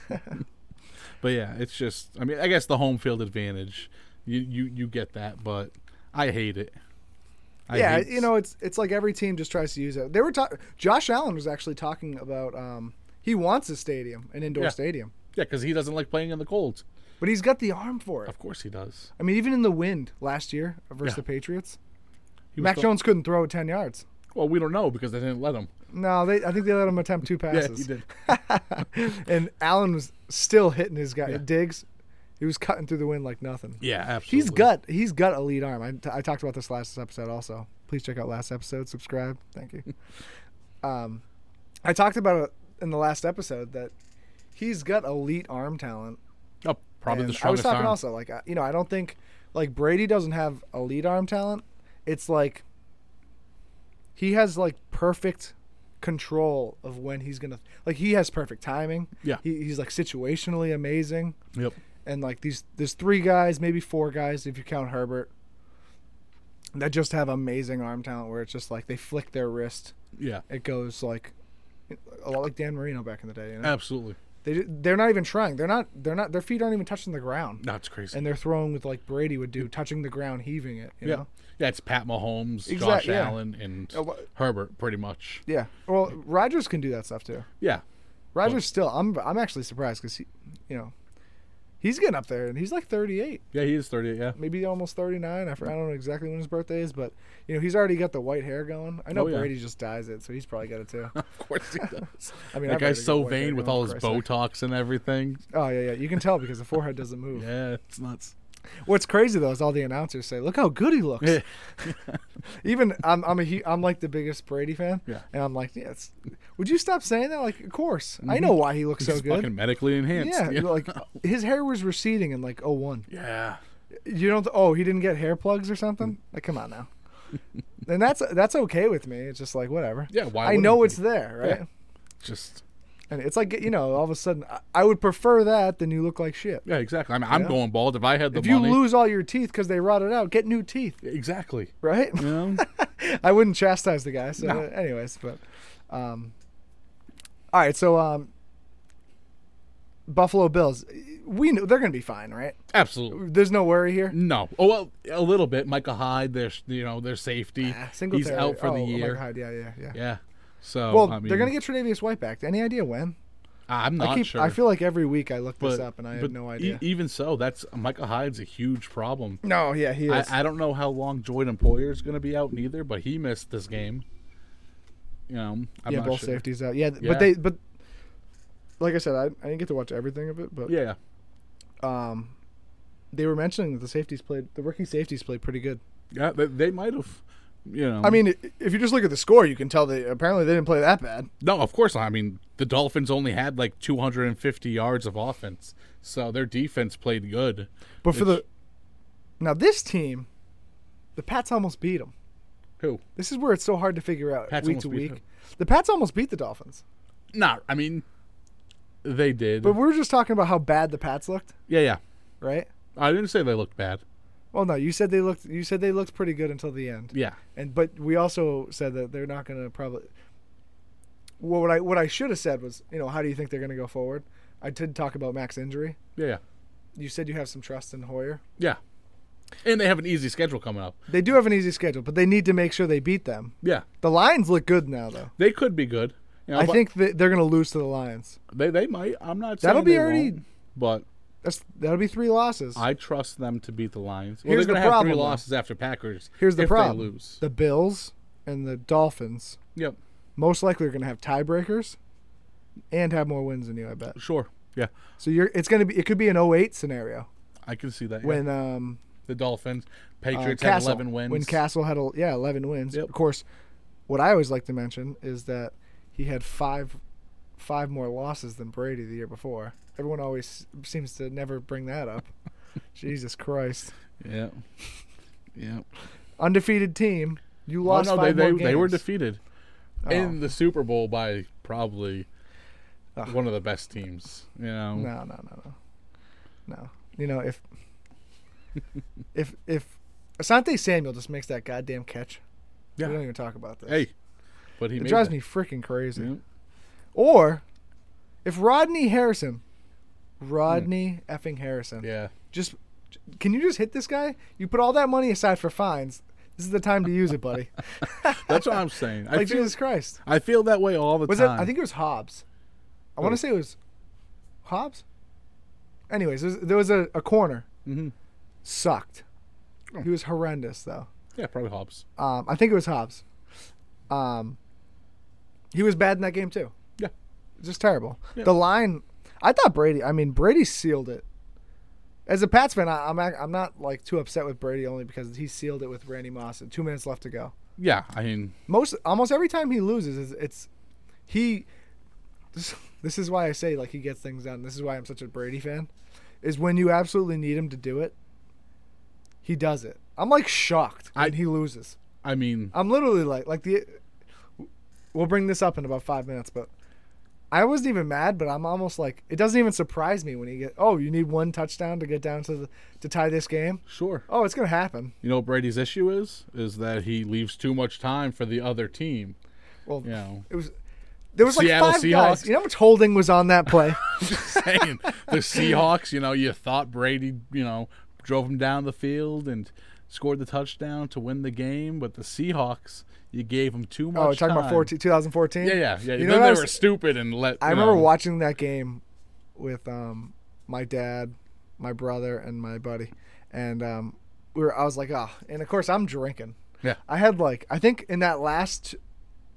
[SPEAKER 2] but yeah, it's just, I mean, I guess the home field advantage, you, you, you get that, but I hate it. [LAUGHS] I
[SPEAKER 1] yeah,
[SPEAKER 2] hate-
[SPEAKER 1] you know, it's it's like every team just tries to use it. They were talking. Josh Allen was actually talking about um, he wants a stadium, an indoor
[SPEAKER 2] Yeah.
[SPEAKER 1] stadium,
[SPEAKER 2] Yeah, because he doesn't like playing in the cold.
[SPEAKER 1] but he's got the arm for it.
[SPEAKER 2] Of course he does.
[SPEAKER 1] I mean, even in the wind last year versus
[SPEAKER 2] Yeah.
[SPEAKER 1] the Patriots,
[SPEAKER 2] He was
[SPEAKER 1] Mac
[SPEAKER 2] throw-
[SPEAKER 1] Jones couldn't throw it ten yards.
[SPEAKER 2] Well, we don't know because they didn't let him.
[SPEAKER 1] No, they I think they let him attempt two
[SPEAKER 2] [LAUGHS] Yeah, he
[SPEAKER 1] passes.
[SPEAKER 2] did.
[SPEAKER 1] [LAUGHS] and Allen was still hitting his guy.
[SPEAKER 2] Yeah.
[SPEAKER 1] Diggs, he was cutting through the wind like nothing.
[SPEAKER 2] Yeah, absolutely.
[SPEAKER 1] He's got he's got a lead arm. I, t- I talked about this last episode also. Please check out last episode. Subscribe. Thank
[SPEAKER 2] [LAUGHS]
[SPEAKER 1] you. um, I talked about it in the last episode that he's got elite arm talent.
[SPEAKER 2] Oh, probably
[SPEAKER 1] And
[SPEAKER 2] the
[SPEAKER 1] I was
[SPEAKER 2] strongest
[SPEAKER 1] talking
[SPEAKER 2] arm.
[SPEAKER 1] also like I- you know I don't think like Brady doesn't have elite arm talent. It's like he has like perfect control of when he's gonna like he has perfect timing.
[SPEAKER 2] Yeah.
[SPEAKER 1] he, he's like situationally amazing
[SPEAKER 2] Yep.
[SPEAKER 1] and like these there's three guys, maybe four guys if you count Herbert, that just have amazing arm talent where it's just like they flick their wrist,
[SPEAKER 2] Yeah,
[SPEAKER 1] it goes like a lot like Dan Marino back in the day. You know?
[SPEAKER 2] absolutely.
[SPEAKER 1] They they're not even trying. They're not they're not their feet aren't even touching the ground,
[SPEAKER 2] No, it's crazy.
[SPEAKER 1] and they're throwing with like Brady would do, touching the ground, heaving it. You
[SPEAKER 2] yeah. Oh,
[SPEAKER 1] know?
[SPEAKER 2] Yeah, it's Pat Mahomes,
[SPEAKER 1] Exact-
[SPEAKER 2] Josh
[SPEAKER 1] yeah.
[SPEAKER 2] Allen, and
[SPEAKER 1] Uh, wha-
[SPEAKER 2] Herbert, pretty much.
[SPEAKER 1] Yeah. Well, Rogers can do that stuff too.
[SPEAKER 2] Yeah.
[SPEAKER 1] Rogers still. I'm I'm actually surprised because he, you know, he's getting up there and he's like 38.
[SPEAKER 2] Yeah, he is 38. Yeah.
[SPEAKER 1] maybe almost 39. I, for- I don't know exactly when his birthday is, but you know he's already got the white hair going. I know
[SPEAKER 2] Oh, yeah.
[SPEAKER 1] Brady just dyes it, so he's probably got it
[SPEAKER 2] [LAUGHS]
[SPEAKER 1] too.
[SPEAKER 2] [LAUGHS] Of course he does.
[SPEAKER 1] [LAUGHS] I mean,
[SPEAKER 2] that
[SPEAKER 1] I've already
[SPEAKER 2] guy's so
[SPEAKER 1] got white hair
[SPEAKER 2] vain with
[SPEAKER 1] going,
[SPEAKER 2] all his
[SPEAKER 1] for Christ's
[SPEAKER 2] Botox and everything.
[SPEAKER 1] sake. Oh yeah, yeah. You can tell because the forehead doesn't move.
[SPEAKER 2] [LAUGHS] Yeah, it's nuts.
[SPEAKER 1] What's crazy though is all the announcers say, "Look how good he looks."
[SPEAKER 2] Yeah. [LAUGHS]
[SPEAKER 1] Even I'm I'm a hu- I'm like the biggest Brady fan.
[SPEAKER 2] Yeah.
[SPEAKER 1] And I'm like, yeah. It's, would you stop saying that? Like, of course. I know why he looks so
[SPEAKER 2] Mm-hmm. He's
[SPEAKER 1] good.
[SPEAKER 2] fucking medically enhanced.
[SPEAKER 1] Yeah,
[SPEAKER 2] [LAUGHS]
[SPEAKER 1] like "Oh." his hair was receding in like 01.
[SPEAKER 2] yeah.
[SPEAKER 1] You don't. Oh, he didn't get hair plugs or
[SPEAKER 2] Mm.
[SPEAKER 1] something. Like, come on
[SPEAKER 2] [LAUGHS]
[SPEAKER 1] now. and that's that's okay with me. It's just like whatever.
[SPEAKER 2] Yeah, why
[SPEAKER 1] I
[SPEAKER 2] wouldn't
[SPEAKER 1] know
[SPEAKER 2] he?
[SPEAKER 1] it's there, right?
[SPEAKER 2] Yeah. Just
[SPEAKER 1] And it's like you know, all of a sudden, I, I would prefer that than you look like shit.
[SPEAKER 2] yeah, exactly. I mean, I'm
[SPEAKER 1] Yeah.
[SPEAKER 2] going bald. If I had the
[SPEAKER 1] If
[SPEAKER 2] money,
[SPEAKER 1] you lose all your teeth because they rotted out, get new teeth,
[SPEAKER 2] exactly.
[SPEAKER 1] right?
[SPEAKER 2] [LAUGHS] You know?
[SPEAKER 1] I wouldn't chastise the guy. So, uh,
[SPEAKER 2] No.
[SPEAKER 1] anyways, but um, all right. So, um, Buffalo Bills, we know they're gonna be fine, right?
[SPEAKER 2] absolutely.
[SPEAKER 1] There's no worry here.
[SPEAKER 2] No. Oh well, a little bit. Micah Hyde, their you know their safety.
[SPEAKER 1] Ah,
[SPEAKER 2] He's
[SPEAKER 1] Singletary-
[SPEAKER 2] out for
[SPEAKER 1] oh,
[SPEAKER 2] the
[SPEAKER 1] oh my
[SPEAKER 2] year.
[SPEAKER 1] God, yeah, yeah, yeah.
[SPEAKER 2] yeah. So
[SPEAKER 1] Well,
[SPEAKER 2] I mean,
[SPEAKER 1] they're gonna get Tre'Davious White back. Any idea when?
[SPEAKER 2] I'm
[SPEAKER 1] I
[SPEAKER 2] not
[SPEAKER 1] keep.
[SPEAKER 2] sure.
[SPEAKER 1] I feel like every week I look this
[SPEAKER 2] but-
[SPEAKER 1] up and I
[SPEAKER 2] but
[SPEAKER 1] have no
[SPEAKER 2] e-
[SPEAKER 1] idea.
[SPEAKER 2] even so, that's Michael Hyde's a huge problem.
[SPEAKER 1] no, yeah, he is.
[SPEAKER 2] I, I don't know how long Jordan Poyer's going to be out neither, but he missed this game. You know, I'm
[SPEAKER 1] yeah,
[SPEAKER 2] not
[SPEAKER 1] both
[SPEAKER 2] sure.
[SPEAKER 1] safeties out. Yeah, th-
[SPEAKER 2] Yeah.
[SPEAKER 1] but they but like I said, I, I didn't get to watch everything of it, but
[SPEAKER 2] Yeah,
[SPEAKER 1] um, they were mentioning that the safeties played the rookie safeties played pretty good.
[SPEAKER 2] yeah, they, they might have. You know,
[SPEAKER 1] I mean, i- if you just look at the score, you can tell they apparently they didn't play that bad.
[SPEAKER 2] no, of course not. I mean, the Dolphins only had like 250 yards of offense, so their defense played good.
[SPEAKER 1] But for
[SPEAKER 2] Which-
[SPEAKER 1] the now this team, the Pats almost beat them.
[SPEAKER 2] Who?
[SPEAKER 1] This is where it's so hard to figure out
[SPEAKER 2] Pats
[SPEAKER 1] week
[SPEAKER 2] almost
[SPEAKER 1] to week.
[SPEAKER 2] beat who?
[SPEAKER 1] The Pats almost beat the Dolphins,
[SPEAKER 2] Not. I mean, they did.
[SPEAKER 1] but we were just talking about how bad the Pats looked,
[SPEAKER 2] yeah, yeah.
[SPEAKER 1] right?
[SPEAKER 2] I didn't say they looked bad.
[SPEAKER 1] Well, no, you said they looked. You said they looked pretty good until the end.
[SPEAKER 2] Yeah.
[SPEAKER 1] and but we also said that they're not going to probably. Well, what I what I should have said was, you know, how do you think they're going to go forward? I did talk about Mac's injury.
[SPEAKER 2] Yeah, yeah.
[SPEAKER 1] You said you have some trust in Hoyer.
[SPEAKER 2] Yeah. And they have an easy schedule coming up.
[SPEAKER 1] They do have an easy schedule, but they need to make sure they beat them.
[SPEAKER 2] Yeah.
[SPEAKER 1] The Lions look good now, though.
[SPEAKER 2] They could be good. You know,
[SPEAKER 1] I
[SPEAKER 2] but
[SPEAKER 1] think that they're going to lose to the Lions.
[SPEAKER 2] they they might. I'm not saying
[SPEAKER 1] That'll be
[SPEAKER 2] they
[SPEAKER 1] already-
[SPEAKER 2] won't, but
[SPEAKER 1] That's that'll be three losses.
[SPEAKER 2] I trust them to beat the Lions. Well,
[SPEAKER 1] Here's
[SPEAKER 2] they're
[SPEAKER 1] the
[SPEAKER 2] going to have three
[SPEAKER 1] problem, though.
[SPEAKER 2] losses after Packers.
[SPEAKER 1] Here's the
[SPEAKER 2] if
[SPEAKER 1] problem:
[SPEAKER 2] They lose.
[SPEAKER 1] the Bills and the Dolphins
[SPEAKER 2] Yep.
[SPEAKER 1] most likely are going to have tiebreakers, and have more wins than you. I bet.
[SPEAKER 2] Sure. Yeah.
[SPEAKER 1] So you're it's going to be it could be an 08 scenario
[SPEAKER 2] I can see that. yeah.
[SPEAKER 1] when um
[SPEAKER 2] the Dolphins,
[SPEAKER 1] uh,
[SPEAKER 2] Patriots had
[SPEAKER 1] Castle,
[SPEAKER 2] 11 wins.
[SPEAKER 1] When Castle had a, yeah eleven wins.
[SPEAKER 2] Yep.
[SPEAKER 1] Of course, what I always like to mention is that he had five five more losses than Brady the year before. Everyone always seems to never bring that
[SPEAKER 2] [LAUGHS]
[SPEAKER 1] up. Jesus Christ,
[SPEAKER 2] yeah. Yeah.
[SPEAKER 1] undefeated team. You
[SPEAKER 2] Well,
[SPEAKER 1] lost
[SPEAKER 2] Oh, no, they
[SPEAKER 1] five
[SPEAKER 2] they,
[SPEAKER 1] more
[SPEAKER 2] they were
[SPEAKER 1] games.
[SPEAKER 2] defeated
[SPEAKER 1] Oh.
[SPEAKER 2] in the Super Bowl by probably
[SPEAKER 1] Ugh.
[SPEAKER 2] one of the best teams. You know.
[SPEAKER 1] No, no, no, no, no. You know
[SPEAKER 2] [LAUGHS]
[SPEAKER 1] if if if Asante Samuel just makes that goddamn catch, we don't
[SPEAKER 2] Yeah.
[SPEAKER 1] even talk about this.
[SPEAKER 2] Hey. But he
[SPEAKER 1] it
[SPEAKER 2] made
[SPEAKER 1] drives
[SPEAKER 2] that.
[SPEAKER 1] me freaking crazy.
[SPEAKER 2] Yeah.
[SPEAKER 1] Or if Rodney Harrison, Rodney effing Harrison,
[SPEAKER 2] Hmm. Yeah.
[SPEAKER 1] just can you just hit this guy? You put all that money aside for fines. This is the time to use it, buddy.
[SPEAKER 2] [LAUGHS] That's what I'm saying.
[SPEAKER 1] [LAUGHS]
[SPEAKER 2] I
[SPEAKER 1] like
[SPEAKER 2] feel
[SPEAKER 1] Jesus Christ.
[SPEAKER 2] I feel that way all the
[SPEAKER 1] Was it?
[SPEAKER 2] time.
[SPEAKER 1] I think it was Hobbs. I
[SPEAKER 2] Who?
[SPEAKER 1] want to say it was Hobbs. Anyways, there was, there was a, a corner
[SPEAKER 2] Mhm.
[SPEAKER 1] sucked.
[SPEAKER 2] Oh.
[SPEAKER 1] He was horrendous though.
[SPEAKER 2] Yeah, probably Hobbs.
[SPEAKER 1] Um, I think it was Hobbs. Um, he was bad in that game too.
[SPEAKER 2] Yeah.
[SPEAKER 1] just terrible.
[SPEAKER 2] Yeah.
[SPEAKER 1] The line, I thought Brady. I mean, Brady sealed it. As a Pats fan, I, I'm ac- I'm not like too upset with Brady only because he sealed it with Randy Moss. And two minutes left to go.
[SPEAKER 2] Yeah, I mean,
[SPEAKER 1] Most almost every time he loses, it's, it's he. This, this is why I say like he gets things done. This is why I'm such a Brady fan. Is when you absolutely need him to do it, he does it. I'm like shocked when
[SPEAKER 2] I-
[SPEAKER 1] he loses.
[SPEAKER 2] I mean,
[SPEAKER 1] I'm literally like like the. We'll bring this up in about five minutes, but I wasn't even mad, but I'm almost like it doesn't even surprise me when you get oh you need one touchdown to get down to the to tie this game.
[SPEAKER 2] sure.
[SPEAKER 1] Oh, it's gonna happen.
[SPEAKER 2] You know what Brady's issue is? Is that he leaves too much time for the other team.
[SPEAKER 1] Well,
[SPEAKER 2] You know,
[SPEAKER 1] it was there was like
[SPEAKER 2] Seattle
[SPEAKER 1] five guys.
[SPEAKER 2] Seahawks.
[SPEAKER 1] You know how much holding was on that
[SPEAKER 2] [LAUGHS]
[SPEAKER 1] play?
[SPEAKER 2] just saying. the Seahawks, you know, you thought Brady, you know, drove him down the field and scored the touchdown to win the game, but the Seahawks, you gave him too much
[SPEAKER 1] oh, we're talking
[SPEAKER 2] time.
[SPEAKER 1] about 14, 2014.
[SPEAKER 2] Yeah, yeah, yeah.
[SPEAKER 1] You know what
[SPEAKER 2] then they
[SPEAKER 1] I was-
[SPEAKER 2] were stupid and let.
[SPEAKER 1] I
[SPEAKER 2] you
[SPEAKER 1] remember
[SPEAKER 2] know,
[SPEAKER 1] watching that game with um, my dad, my brother, and my buddy, and um, we were. I was like, oh, and of course I'm drinking.
[SPEAKER 2] Yeah.
[SPEAKER 1] I had like I think in that last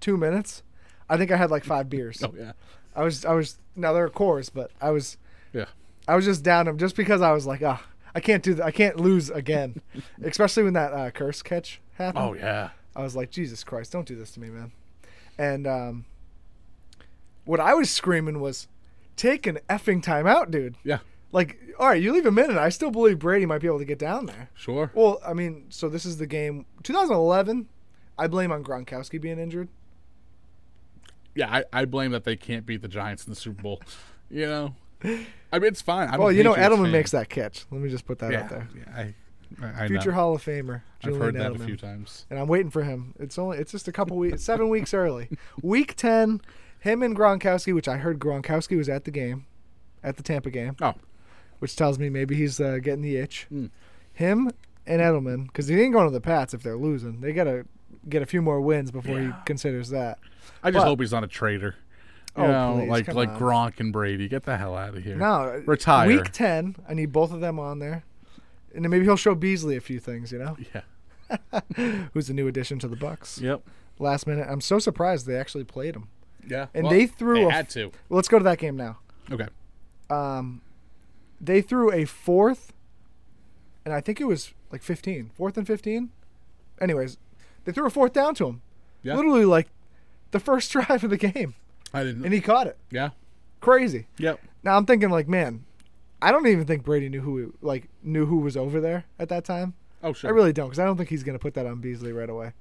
[SPEAKER 1] two minutes, I think I had like five beers.
[SPEAKER 2] [LAUGHS] Oh yeah,
[SPEAKER 1] I was I was now there are cores, but I was
[SPEAKER 2] yeah.
[SPEAKER 1] I was just down 'em just because I was like, ah, I can't do that. I can't lose
[SPEAKER 2] [LAUGHS]
[SPEAKER 1] again, especially when that uh, curse catch happened.
[SPEAKER 2] Oh yeah.
[SPEAKER 1] I was like, Jesus Christ, don't do this to me, man. And um, what I was screaming was, take an effing timeout, dude.
[SPEAKER 2] Yeah.
[SPEAKER 1] Like, all right, you leave a minute. I still believe Brady might be able to get down there.
[SPEAKER 2] Sure.
[SPEAKER 1] Well, I mean, so this is the game 2011. I blame on Gronkowski being injured.
[SPEAKER 2] Yeah, I, I blame that they can't beat the Giants in the Super Bowl. You know, I mean it's fine. I'm
[SPEAKER 1] well, Oh, you know, Edelman
[SPEAKER 2] fan.
[SPEAKER 1] makes that catch. Let me just put that
[SPEAKER 2] yeah,
[SPEAKER 1] out there.
[SPEAKER 2] yeah, I, I, I
[SPEAKER 1] Future
[SPEAKER 2] know.
[SPEAKER 1] Hall of Famer
[SPEAKER 2] I've
[SPEAKER 1] Julian
[SPEAKER 2] heard
[SPEAKER 1] Edelman,
[SPEAKER 2] that a few times.
[SPEAKER 1] and I'm waiting for him. It's only it's just a couple
[SPEAKER 2] [LAUGHS]
[SPEAKER 1] weeks, seven weeks early. Week ten, him and Gronkowski, which I heard Gronkowski was at the game, at the Tampa game.
[SPEAKER 2] Oh,
[SPEAKER 1] which tells me maybe he's uh, getting the itch.
[SPEAKER 2] Mm.
[SPEAKER 1] Him and Edelman, because he ain't going to the Pats if they're losing. They gotta get a few more wins before he
[SPEAKER 2] Yeah.
[SPEAKER 1] considers that.
[SPEAKER 2] I just
[SPEAKER 1] But-
[SPEAKER 2] hope he's not a traitor. You
[SPEAKER 1] Oh,
[SPEAKER 2] know,
[SPEAKER 1] please,
[SPEAKER 2] like
[SPEAKER 1] come
[SPEAKER 2] like
[SPEAKER 1] on.
[SPEAKER 2] Gronk and Brady. Get the hell out of here.
[SPEAKER 1] No,
[SPEAKER 2] Retire.
[SPEAKER 1] Week ten, I need both of them on there, and then maybe he'll show Beasley a few things. You know, [LAUGHS]
[SPEAKER 2] Yeah.
[SPEAKER 1] who's a new addition to the Bucks.
[SPEAKER 2] Yep.
[SPEAKER 1] Last minute, I'm so surprised they actually played him.
[SPEAKER 2] Yeah.
[SPEAKER 1] And they threw
[SPEAKER 2] They
[SPEAKER 1] a-
[SPEAKER 2] had to.
[SPEAKER 1] Let's go to that game now.
[SPEAKER 2] Okay.
[SPEAKER 1] Um, they threw a fourth, and I think it was like 15, fourth and 15. Anyways, they threw a fourth down to him.
[SPEAKER 2] Yeah.
[SPEAKER 1] Literally like the first [LAUGHS] drive of the game,
[SPEAKER 2] I didn't.
[SPEAKER 1] and he caught it.
[SPEAKER 2] yeah.
[SPEAKER 1] Crazy.
[SPEAKER 2] Yep.
[SPEAKER 1] Now I'm thinking like, man, I don't even think Brady knew who like knew who was over there at that time.
[SPEAKER 2] Oh sure.
[SPEAKER 1] I really don't, because I don't think he's gonna put that on Beasley right away.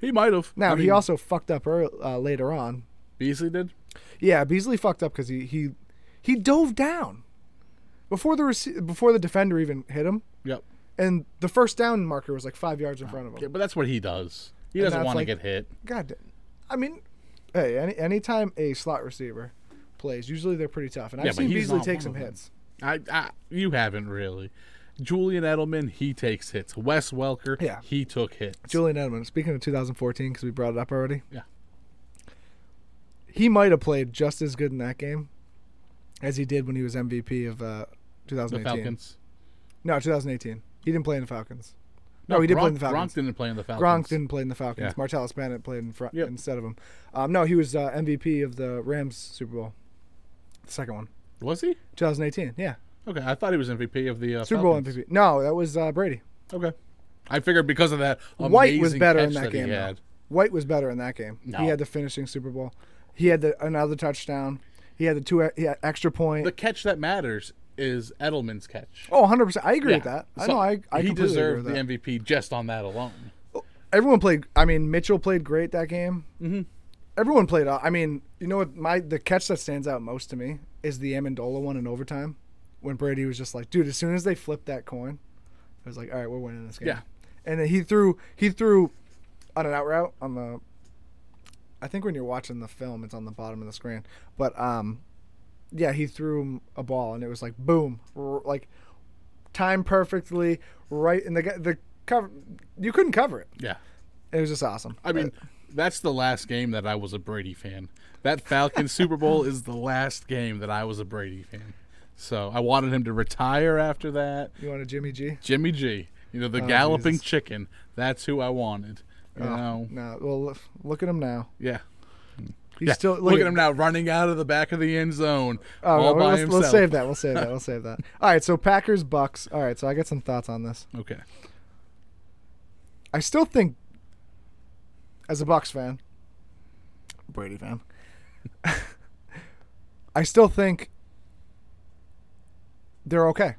[SPEAKER 2] he might have.
[SPEAKER 1] Now
[SPEAKER 2] I
[SPEAKER 1] he
[SPEAKER 2] mean,
[SPEAKER 1] also fucked up early, uh, later on.
[SPEAKER 2] Beasley did.
[SPEAKER 1] Yeah, Beasley fucked up because he he he dove down before the rece- before the defender even hit him,
[SPEAKER 2] Yep.
[SPEAKER 1] and the first down marker was like five yards in front of
[SPEAKER 2] Yeah,
[SPEAKER 1] him.
[SPEAKER 2] but that's what he does. He
[SPEAKER 1] And
[SPEAKER 2] doesn't
[SPEAKER 1] that's
[SPEAKER 2] want
[SPEAKER 1] like-
[SPEAKER 2] to get hit.
[SPEAKER 1] God, da- I mean, hey, any anytime a slot receiver plays, usually they're pretty tough, and I've
[SPEAKER 2] Yeah, but
[SPEAKER 1] seen
[SPEAKER 2] he's
[SPEAKER 1] Beasley
[SPEAKER 2] not
[SPEAKER 1] take
[SPEAKER 2] one
[SPEAKER 1] some
[SPEAKER 2] of them.
[SPEAKER 1] hits.
[SPEAKER 2] I, I you haven't really. Julian Edelman, he takes hits. Wes Welker,
[SPEAKER 1] Yeah.
[SPEAKER 2] he took hits.
[SPEAKER 1] Julian Edelman. Speaking of 2014, because we brought it up already.
[SPEAKER 2] Yeah.
[SPEAKER 1] He might have played just as good in that game as he did when he was MVP of uh,
[SPEAKER 2] the
[SPEAKER 1] 2018.
[SPEAKER 2] Falcons.
[SPEAKER 1] No, 2018. He didn't play in the Falcons. No, he did
[SPEAKER 2] Gronk,
[SPEAKER 1] play in the Falcons.
[SPEAKER 2] Gronk didn't play in the Falcons.
[SPEAKER 1] Gronk didn't play in the Falcons.
[SPEAKER 2] Yeah.
[SPEAKER 1] Martellus Bennett played in front
[SPEAKER 2] Yep.
[SPEAKER 1] instead of him. Um, no, he was uh, MVP of the Rams Super Bowl, the second one,
[SPEAKER 2] Was he?
[SPEAKER 1] 2018. Yeah,
[SPEAKER 2] Okay, I thought he was MVP of the uh,
[SPEAKER 1] Super Bowl
[SPEAKER 2] Falcons.
[SPEAKER 1] MVP. No, that was uh, Brady.
[SPEAKER 2] Okay, I figured because of that.
[SPEAKER 1] White was
[SPEAKER 2] amazing
[SPEAKER 1] better in
[SPEAKER 2] catch
[SPEAKER 1] that
[SPEAKER 2] he
[SPEAKER 1] game, though.
[SPEAKER 2] had.
[SPEAKER 1] White was better in that game.
[SPEAKER 2] No.
[SPEAKER 1] He had the finishing Super Bowl. He had the, another touchdown. He had the two e, he had extra point.
[SPEAKER 2] The catch that matters is Edelman's catch.
[SPEAKER 1] oh, 100 percent. I agree
[SPEAKER 2] Yeah.
[SPEAKER 1] with that. I
[SPEAKER 2] So
[SPEAKER 1] know. I I
[SPEAKER 2] he
[SPEAKER 1] completely agree
[SPEAKER 2] deserved
[SPEAKER 1] with that. Oh,
[SPEAKER 2] the MVP just on that alone.
[SPEAKER 1] Everyone played. I mean, Mitchell played great that game. Mm-hmm. Everyone played. uh, I mean, you know what? My the catch that stands out most to me is the Amendola one in overtime, when Brady was just like, "Dude, as soon as they flipped that coin, it was like, all right, we're winning this game."
[SPEAKER 2] Yeah.
[SPEAKER 1] And then he threw he threw on an out route on the. I think when you're watching the film, it's on the bottom of the screen. But um, yeah, he threw him a ball and it was like boom, r- like timed perfectly right. And the guy- the cover you couldn't cover it.
[SPEAKER 2] Yeah,
[SPEAKER 1] It was just awesome.
[SPEAKER 2] I mean, that's the last game that I was a Brady fan. That
[SPEAKER 1] [LAUGHS]
[SPEAKER 2] Falcons Super Bowl is the last game that I was a Brady fan. So I wanted him to retire after that.
[SPEAKER 1] you want a Jimmy G?
[SPEAKER 2] Jimmy G, you know, the galloping
[SPEAKER 1] Oh, Jesus.
[SPEAKER 2] chicken. That's who I wanted. You
[SPEAKER 1] Oh,
[SPEAKER 2] know,
[SPEAKER 1] No. Well, look- look at him now.
[SPEAKER 2] yeah.
[SPEAKER 1] He's
[SPEAKER 2] yeah.
[SPEAKER 1] still
[SPEAKER 2] look, at him now running out of the back of the end zone
[SPEAKER 1] Oh,
[SPEAKER 2] all
[SPEAKER 1] no,
[SPEAKER 2] by
[SPEAKER 1] let's,
[SPEAKER 2] himself.
[SPEAKER 1] let's save that. We'll save that. We'll save
[SPEAKER 2] [LAUGHS]
[SPEAKER 1] that. All right. So Packers Bucks. All right. So I got some thoughts on this.
[SPEAKER 2] Okay.
[SPEAKER 1] I still think, as a Bucks fan, Brady fan, [LAUGHS] I still think they're okay.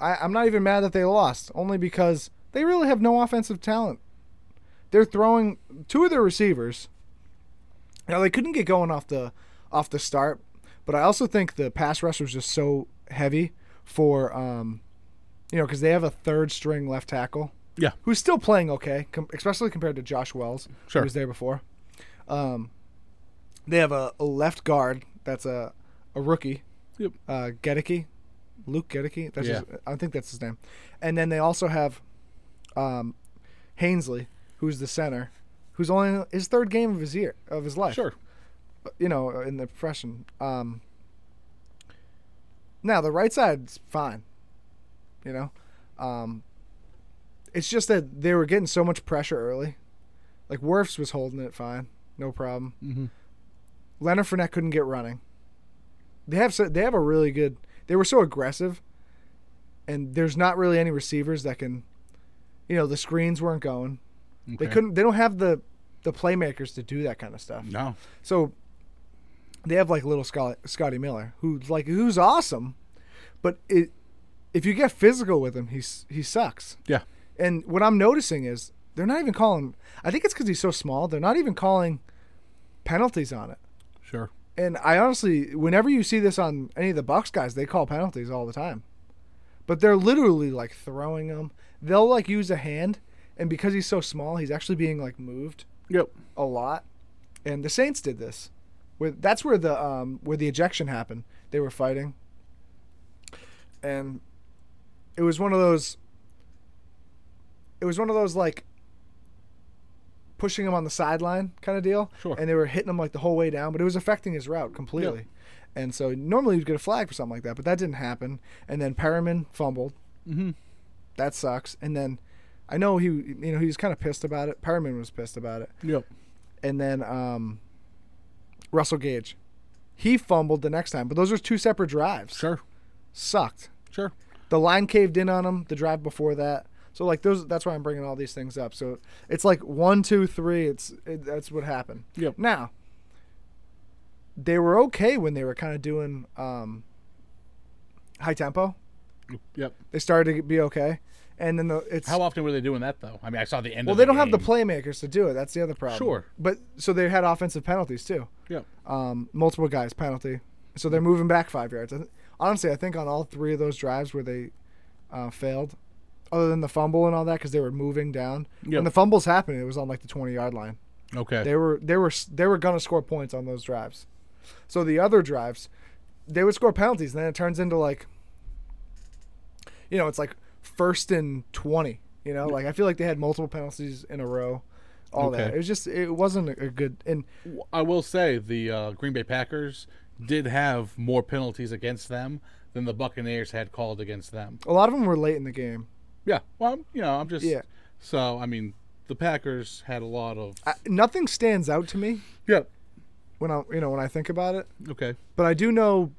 [SPEAKER 1] I, I'm not even mad that they lost, only because they really have no offensive talent. They're throwing two of their receivers. Now they couldn't get going off the off the start, but I also think the pass rush was just so heavy for um, you know because they have a third string left tackle
[SPEAKER 2] Yeah.
[SPEAKER 1] who's still playing okay, com- especially compared to Josh Wells,
[SPEAKER 2] Sure.
[SPEAKER 1] who was there before. Um, they have a, a left guard that's a, a rookie,
[SPEAKER 2] Yep.
[SPEAKER 1] uh, Gedeke, Luke Gedeke. That's
[SPEAKER 2] Yeah.
[SPEAKER 1] his, I think that's his name. And then they also have um, Hainsley, who's the center, who's only his third game of his year of his life
[SPEAKER 2] Sure.
[SPEAKER 1] you know, in the profession. Um, now the right side's fine, you know. Um, it's just that they were getting so much pressure early. Like Werfs was holding it fine, no problem.
[SPEAKER 2] Mm-hmm.
[SPEAKER 1] Leonard Fournette couldn't get running. They have so, they have a really good. They were so aggressive, and there's not really any receivers that can, you know, the screens weren't going.
[SPEAKER 2] Mm-hmm.
[SPEAKER 1] They couldn't. They don't have the the playmakers to do that kind of stuff.
[SPEAKER 2] No.
[SPEAKER 1] So they have like little Scotty, Scotty Miller, who's like who's awesome, but it, if you get physical with him, he's he sucks.
[SPEAKER 2] Yeah.
[SPEAKER 1] And what I'm noticing is they're not even calling. I think it's because he's so small. They're not even calling penalties on it.
[SPEAKER 2] Sure.
[SPEAKER 1] And I honestly, whenever you see this on any of the Bucks guys, they call penalties all the time. But they're literally like throwing them. They'll like use a hand, and because he's so small, he's actually being like moved
[SPEAKER 2] Yep.
[SPEAKER 1] a lot, and the Saints did this. Where that's where the um, where the ejection happened. They were fighting, and it was one of those. It was one of those like pushing him on the sideline kind of deal.
[SPEAKER 2] Sure.
[SPEAKER 1] And they were hitting him like the whole way down, but it was affecting his route completely. And so normally you'd get a flag for something like that, but that didn't happen. And then Perriman fumbled.
[SPEAKER 2] Mm-hmm.
[SPEAKER 1] That sucks. And then I know he, you know, he was kind of pissed about it. Perriman was pissed about it.
[SPEAKER 2] Yep.
[SPEAKER 1] And then um, Russell Gage, he fumbled the next time. But those were two separate drives.
[SPEAKER 2] Sure.
[SPEAKER 1] Sucked.
[SPEAKER 2] Sure.
[SPEAKER 1] The line caved in on him. The drive before that. So like those, that's why I'm bringing all these things up. So it's like one, two, three. It's it, that's what happened.
[SPEAKER 2] Yep.
[SPEAKER 1] Now, they were okay when they were kind of doing um, high tempo.
[SPEAKER 2] Yep.
[SPEAKER 1] They started to be okay, and then the it's
[SPEAKER 2] How often were they doing that though? I mean, I saw the end.
[SPEAKER 1] well
[SPEAKER 2] of
[SPEAKER 1] they don't have the
[SPEAKER 2] game.
[SPEAKER 1] playmakers to do it. That's the other problem.
[SPEAKER 2] Sure.
[SPEAKER 1] but so they had offensive penalties too.
[SPEAKER 2] Yep.
[SPEAKER 1] Um, multiple guys penalty, so they're moving back five yards. I th- Honestly, I think on all three of those drives where they uh, failed, other than the fumble and all that, because they were moving down.
[SPEAKER 2] Yep.
[SPEAKER 1] When the fumbles happened, it was on like the twenty yard line.
[SPEAKER 2] Okay.
[SPEAKER 1] They were they were they were gonna score points on those drives. So the other drives, they would score penalties, and then it turns into like, you know, it's like first and twenty. You know, like I feel like they had multiple penalties in a row. All that
[SPEAKER 2] Okay.
[SPEAKER 1] it was just it wasn't a a good and
[SPEAKER 2] W- I will say the uh, Green Bay Packers did have more penalties against them than the Buccaneers had called against them.
[SPEAKER 1] a lot of them were late in the game.
[SPEAKER 2] Yeah. Well, I'm, you know, I'm just.
[SPEAKER 1] Yeah.
[SPEAKER 2] So I mean, the Packers had a lot of.
[SPEAKER 1] I, nothing stands out to me
[SPEAKER 2] yep.
[SPEAKER 1] when I you know when I think about it,
[SPEAKER 2] Okay.
[SPEAKER 1] but I do know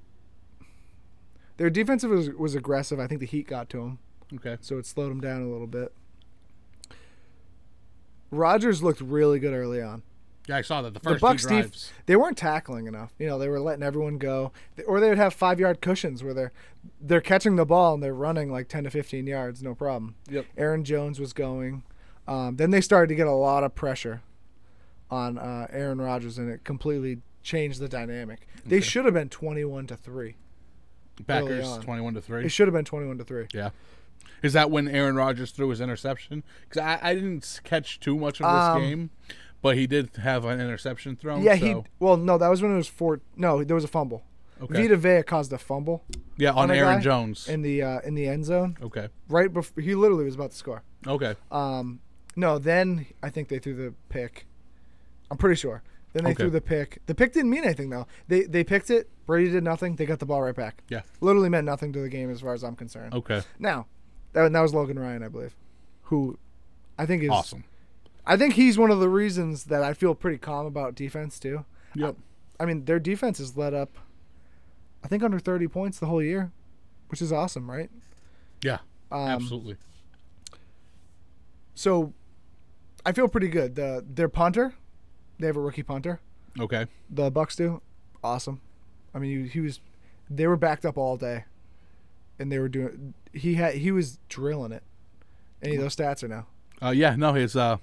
[SPEAKER 1] their defensive was, was aggressive. I think the heat got to them.
[SPEAKER 2] Okay.
[SPEAKER 1] so it slowed him down a little bit. Rodgers looked really good early on.
[SPEAKER 2] Yeah, I saw that the first
[SPEAKER 1] Bucks
[SPEAKER 2] two
[SPEAKER 1] def-
[SPEAKER 2] drives.
[SPEAKER 1] They weren't tackling enough. You know, they were letting everyone go, They- or they would have five yard cushions where they're they're catching the ball and they're running like ten to fifteen yards, no problem.
[SPEAKER 2] Yep.
[SPEAKER 1] Aaron Jones was going. Um, then they started to get a lot of pressure on uh, Aaron Rodgers, and it completely changed the dynamic. They should have been twenty-one to three.
[SPEAKER 2] Packers
[SPEAKER 1] on.
[SPEAKER 2] twenty-one to three.
[SPEAKER 1] It should have been twenty-one to three.
[SPEAKER 2] Yeah. Is that when Aaron Rodgers threw his interception? Because I, I didn't s- catch too much of this
[SPEAKER 1] Um,
[SPEAKER 2] game, but he did have an interception thrown.
[SPEAKER 1] Yeah,
[SPEAKER 2] so.
[SPEAKER 1] he. Well, no, that was when it was four. No, there was a fumble.
[SPEAKER 2] Okay.
[SPEAKER 1] Vita Vea caused a fumble
[SPEAKER 2] yeah on
[SPEAKER 1] on a
[SPEAKER 2] Aaron
[SPEAKER 1] guy
[SPEAKER 2] Jones.
[SPEAKER 1] in the uh, in the end zone
[SPEAKER 2] okay.
[SPEAKER 1] right before he literally was about to score.
[SPEAKER 2] Okay.
[SPEAKER 1] Um, no, then I think they threw the pick. I'm pretty sure. Then they
[SPEAKER 2] Okay.
[SPEAKER 1] threw the pick. The pick didn't mean anything though. They they picked it. Brady did nothing. They got the ball right back.
[SPEAKER 2] Yeah.
[SPEAKER 1] Literally meant nothing to the game as far as I'm concerned.
[SPEAKER 2] Okay.
[SPEAKER 1] Now, that, that was Logan Ryan, I believe, who I think is
[SPEAKER 2] Awesome.
[SPEAKER 1] I think he's one of the reasons that I feel pretty calm about defense too. Um,
[SPEAKER 2] Yep.
[SPEAKER 1] I mean, their defense has let up, I think, under 30 points the whole year, which is awesome, right?
[SPEAKER 2] Yeah.
[SPEAKER 1] Um,
[SPEAKER 2] absolutely.
[SPEAKER 1] So I feel pretty good. The Their punter, they have a rookie punter.
[SPEAKER 2] Okay.
[SPEAKER 1] The Bucks do. Awesome. I mean, he, he was, they were backed up all day, and they were doing, he had, he was drilling it. Any of those stats are now.
[SPEAKER 2] Uh, yeah. No, his uh,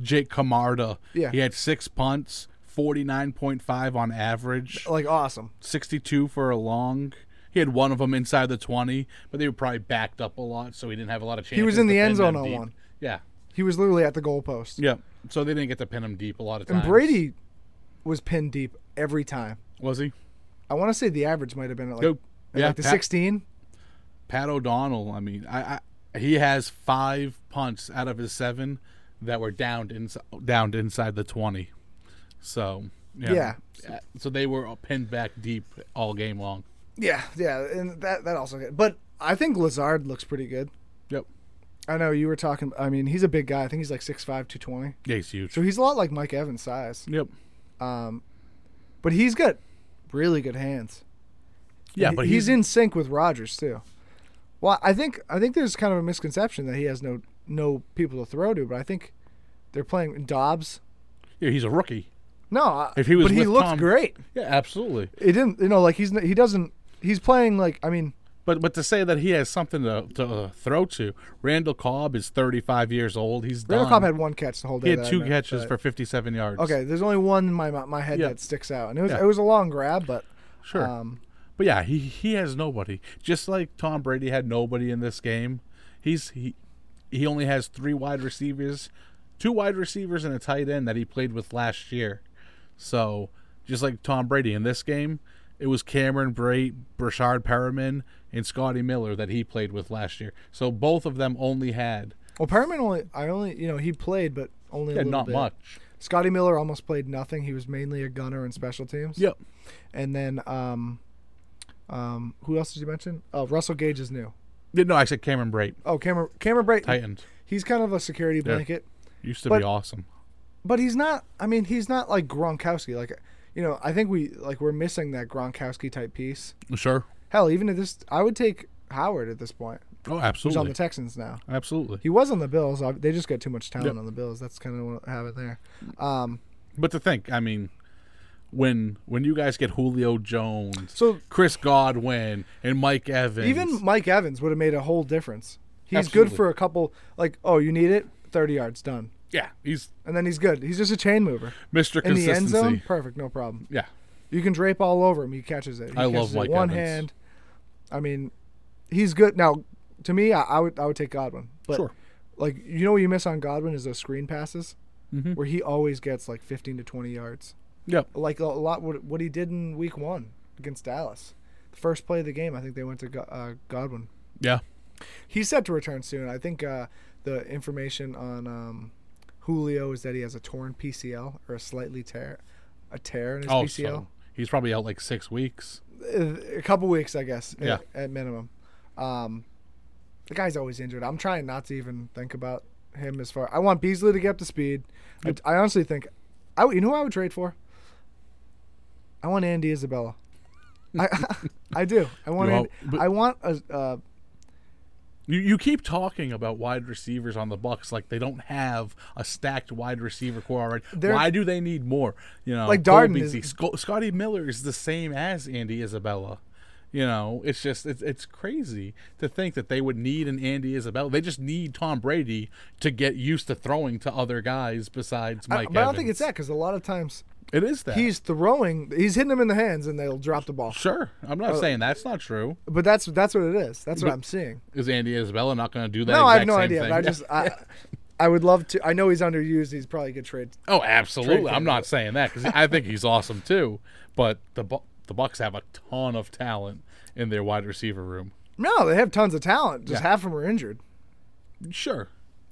[SPEAKER 2] Jake Camarda.
[SPEAKER 1] Yeah.
[SPEAKER 2] He had six punts, forty-nine point five on average,
[SPEAKER 1] Like, awesome.
[SPEAKER 2] sixty-two for a long. He had one of them inside the twenty, but they were probably backed up a lot, so he didn't have a lot of chances.
[SPEAKER 1] was in
[SPEAKER 2] to
[SPEAKER 1] the end
[SPEAKER 2] pin
[SPEAKER 1] zone
[SPEAKER 2] them
[SPEAKER 1] on
[SPEAKER 2] deep.
[SPEAKER 1] one.
[SPEAKER 2] Yeah.
[SPEAKER 1] He was literally at the goalpost.
[SPEAKER 2] Yeah. So they didn't get to pin him deep a lot of times.
[SPEAKER 1] And Brady was pinned deep every time.
[SPEAKER 2] was he?
[SPEAKER 1] I want to say the average might have been at like,
[SPEAKER 2] Nope.
[SPEAKER 1] at
[SPEAKER 2] Yeah,
[SPEAKER 1] like the
[SPEAKER 2] Pat-
[SPEAKER 1] 16.
[SPEAKER 2] Pat O'Donnell. I mean, I, I he has five punts out of his seven that were downed inside downed inside the twenty. So
[SPEAKER 1] Yeah.
[SPEAKER 2] Uh, So they were pinned back deep all game long.
[SPEAKER 1] Yeah, yeah, and that that also good. But I think Lazard looks pretty good.
[SPEAKER 2] Yep.
[SPEAKER 1] I know you were talking. I mean, he's a big guy. I think he's like 6'5", 220.
[SPEAKER 2] Yeah, he's huge.
[SPEAKER 1] So he's a lot like Mike Evans size.
[SPEAKER 2] Yep.
[SPEAKER 1] Um, but he's got really good hands.
[SPEAKER 2] Yeah,
[SPEAKER 1] He-
[SPEAKER 2] but
[SPEAKER 1] he's, in sync with Rogers too. Well, I think I think there's kind of a misconception that he has no no people to throw to, but I think they're playing Dobbs.
[SPEAKER 2] yeah, he's a rookie.
[SPEAKER 1] No, I-
[SPEAKER 2] If he was
[SPEAKER 1] but he
[SPEAKER 2] with
[SPEAKER 1] looked
[SPEAKER 2] Tom-
[SPEAKER 1] great.
[SPEAKER 2] Yeah, absolutely.
[SPEAKER 1] It didn't, you know, like he's n- he doesn't he's playing like I mean,
[SPEAKER 2] But but to say that he has something to, to uh, throw to, Randall Cobb is 35 years old. He's
[SPEAKER 1] Randall
[SPEAKER 2] done.
[SPEAKER 1] Cobb had one catch the whole day.
[SPEAKER 2] he had
[SPEAKER 1] that I
[SPEAKER 2] two
[SPEAKER 1] meant,
[SPEAKER 2] catches
[SPEAKER 1] but-
[SPEAKER 2] for 57 yards.
[SPEAKER 1] Okay, there's only one in my my head
[SPEAKER 2] Yeah.
[SPEAKER 1] that sticks out, and it was
[SPEAKER 2] Yeah.
[SPEAKER 1] it was a long grab, but
[SPEAKER 2] Sure.
[SPEAKER 1] um,
[SPEAKER 2] But yeah, he he has nobody. Just like Tom Brady had nobody in this game. He's he he only has three wide receivers, two wide receivers and a tight end that he played with last year. So just like Tom Brady in this game, it was Cameron Bray, Brashard Perriman, and Scotty Miller that he played with last year. So both of them only had
[SPEAKER 1] well, Perriman only I only you know he played, but only a
[SPEAKER 2] Yeah,
[SPEAKER 1] little
[SPEAKER 2] not
[SPEAKER 1] bit.
[SPEAKER 2] much.
[SPEAKER 1] Scotty Miller almost played nothing. He was mainly a gunner in special teams.
[SPEAKER 2] Yep.
[SPEAKER 1] And then um, um, who else did you mention? Oh, Russell Gage is new.
[SPEAKER 2] Yeah, no, I said Cameron Brate,
[SPEAKER 1] Oh, Cameron Cameron Brayton.
[SPEAKER 2] Titans.
[SPEAKER 1] He's kind of a security blanket,
[SPEAKER 2] Used to
[SPEAKER 1] But-
[SPEAKER 2] be awesome.
[SPEAKER 1] but he's not. I mean, he's not like Gronkowski. Like, you know, I think we like we're missing that Gronkowski type piece.
[SPEAKER 2] Sure.
[SPEAKER 1] Hell, even at this, I would take Howard at this point.
[SPEAKER 2] Oh,
[SPEAKER 1] He's on
[SPEAKER 2] absolutely.
[SPEAKER 1] the Texans now.
[SPEAKER 2] absolutely.
[SPEAKER 1] He was on the Bills. ob- They just got too much talent
[SPEAKER 2] Yeah.
[SPEAKER 1] on the Bills. That's kind of what happened there. Um,
[SPEAKER 2] But to think, I mean, when when you guys get Julio Jones,
[SPEAKER 1] so
[SPEAKER 2] Chris Godwin, and Mike Evans,
[SPEAKER 1] even Mike Evans would have made a whole difference. He's
[SPEAKER 2] Absolutely.
[SPEAKER 1] good for a couple. Like, oh, you need it, thirty yards, done,
[SPEAKER 2] yeah, he's
[SPEAKER 1] and then he's good. He's just a chain mover
[SPEAKER 2] Mr.
[SPEAKER 1] in the
[SPEAKER 2] Consistency.
[SPEAKER 1] end zone. Perfect, no problem.
[SPEAKER 2] Yeah,
[SPEAKER 1] You can drape all over him. He catches it. He
[SPEAKER 2] I love
[SPEAKER 1] catches it
[SPEAKER 2] Mike
[SPEAKER 1] one
[SPEAKER 2] Evans.
[SPEAKER 1] hand. I mean, he's good. Now, to me, I, I would I would take Godwin. But
[SPEAKER 2] sure.
[SPEAKER 1] like you know what you miss on Godwin is those screen passes
[SPEAKER 2] Mhm.
[SPEAKER 1] where he always gets like 15 to 20 yards.
[SPEAKER 2] Yep.
[SPEAKER 1] Like a lot what what he did in week 1 against Dallas. The first play of the game, I think they went to Go- uh, Godwin.
[SPEAKER 2] Yeah.
[SPEAKER 1] He's set to return soon. I think uh, the information on um, Julio is that he has a torn PCL or a slightly tear a tear in his
[SPEAKER 2] Oh,
[SPEAKER 1] PCL.
[SPEAKER 2] so he's probably out like six weeks.
[SPEAKER 1] a couple weeks, I guess,
[SPEAKER 2] Yeah.
[SPEAKER 1] at, at minimum. Um, the guy's always injured. I'm trying not to even think about him as far. I want Beasley to get up to speed. I, I honestly think, I would- you know who I would trade for? I want Andy Isabella. I [LAUGHS] I do. I want
[SPEAKER 2] You
[SPEAKER 1] Andy,
[SPEAKER 2] want- but-
[SPEAKER 1] I want a uh,
[SPEAKER 2] You you keep talking about wide receivers on the Bucks like they don't have a stacked wide receiver core already.
[SPEAKER 1] They're-
[SPEAKER 2] Why do they need more? You know,
[SPEAKER 1] Like
[SPEAKER 2] Cole
[SPEAKER 1] Darden is-
[SPEAKER 2] Beasley, Sco- Scotty Miller is the same as Andy Isabella. You know, it's just it's it's crazy to think that they would need an Andy Isabella. They just need Tom Brady to get used to throwing to other guys besides
[SPEAKER 1] I-
[SPEAKER 2] Mike.
[SPEAKER 1] but I don't think it's
[SPEAKER 2] Evans.
[SPEAKER 1] that because a lot of times
[SPEAKER 2] It is that.
[SPEAKER 1] he's throwing, he's hitting them in the hands and they'll drop the ball.
[SPEAKER 2] sure. I'm not
[SPEAKER 1] Uh,
[SPEAKER 2] saying that's not true.
[SPEAKER 1] But that's that's what it is. That's what
[SPEAKER 2] But-
[SPEAKER 1] I'm seeing.
[SPEAKER 2] Is Andy Isabella not going to do that?
[SPEAKER 1] No,
[SPEAKER 2] exact
[SPEAKER 1] I have no
[SPEAKER 2] same
[SPEAKER 1] idea.
[SPEAKER 2] Thing?
[SPEAKER 1] But I just I, I would love to. I know he's underused. He's probably a good trade
[SPEAKER 2] Oh, absolutely.
[SPEAKER 1] Trade
[SPEAKER 2] I'm not saying that because I think he's awesome too. But the Bu- the Bucks have a ton of talent in their wide receiver room.
[SPEAKER 1] No, they have tons of talent. Just
[SPEAKER 2] Yeah.
[SPEAKER 1] half of them are injured.
[SPEAKER 2] Sure.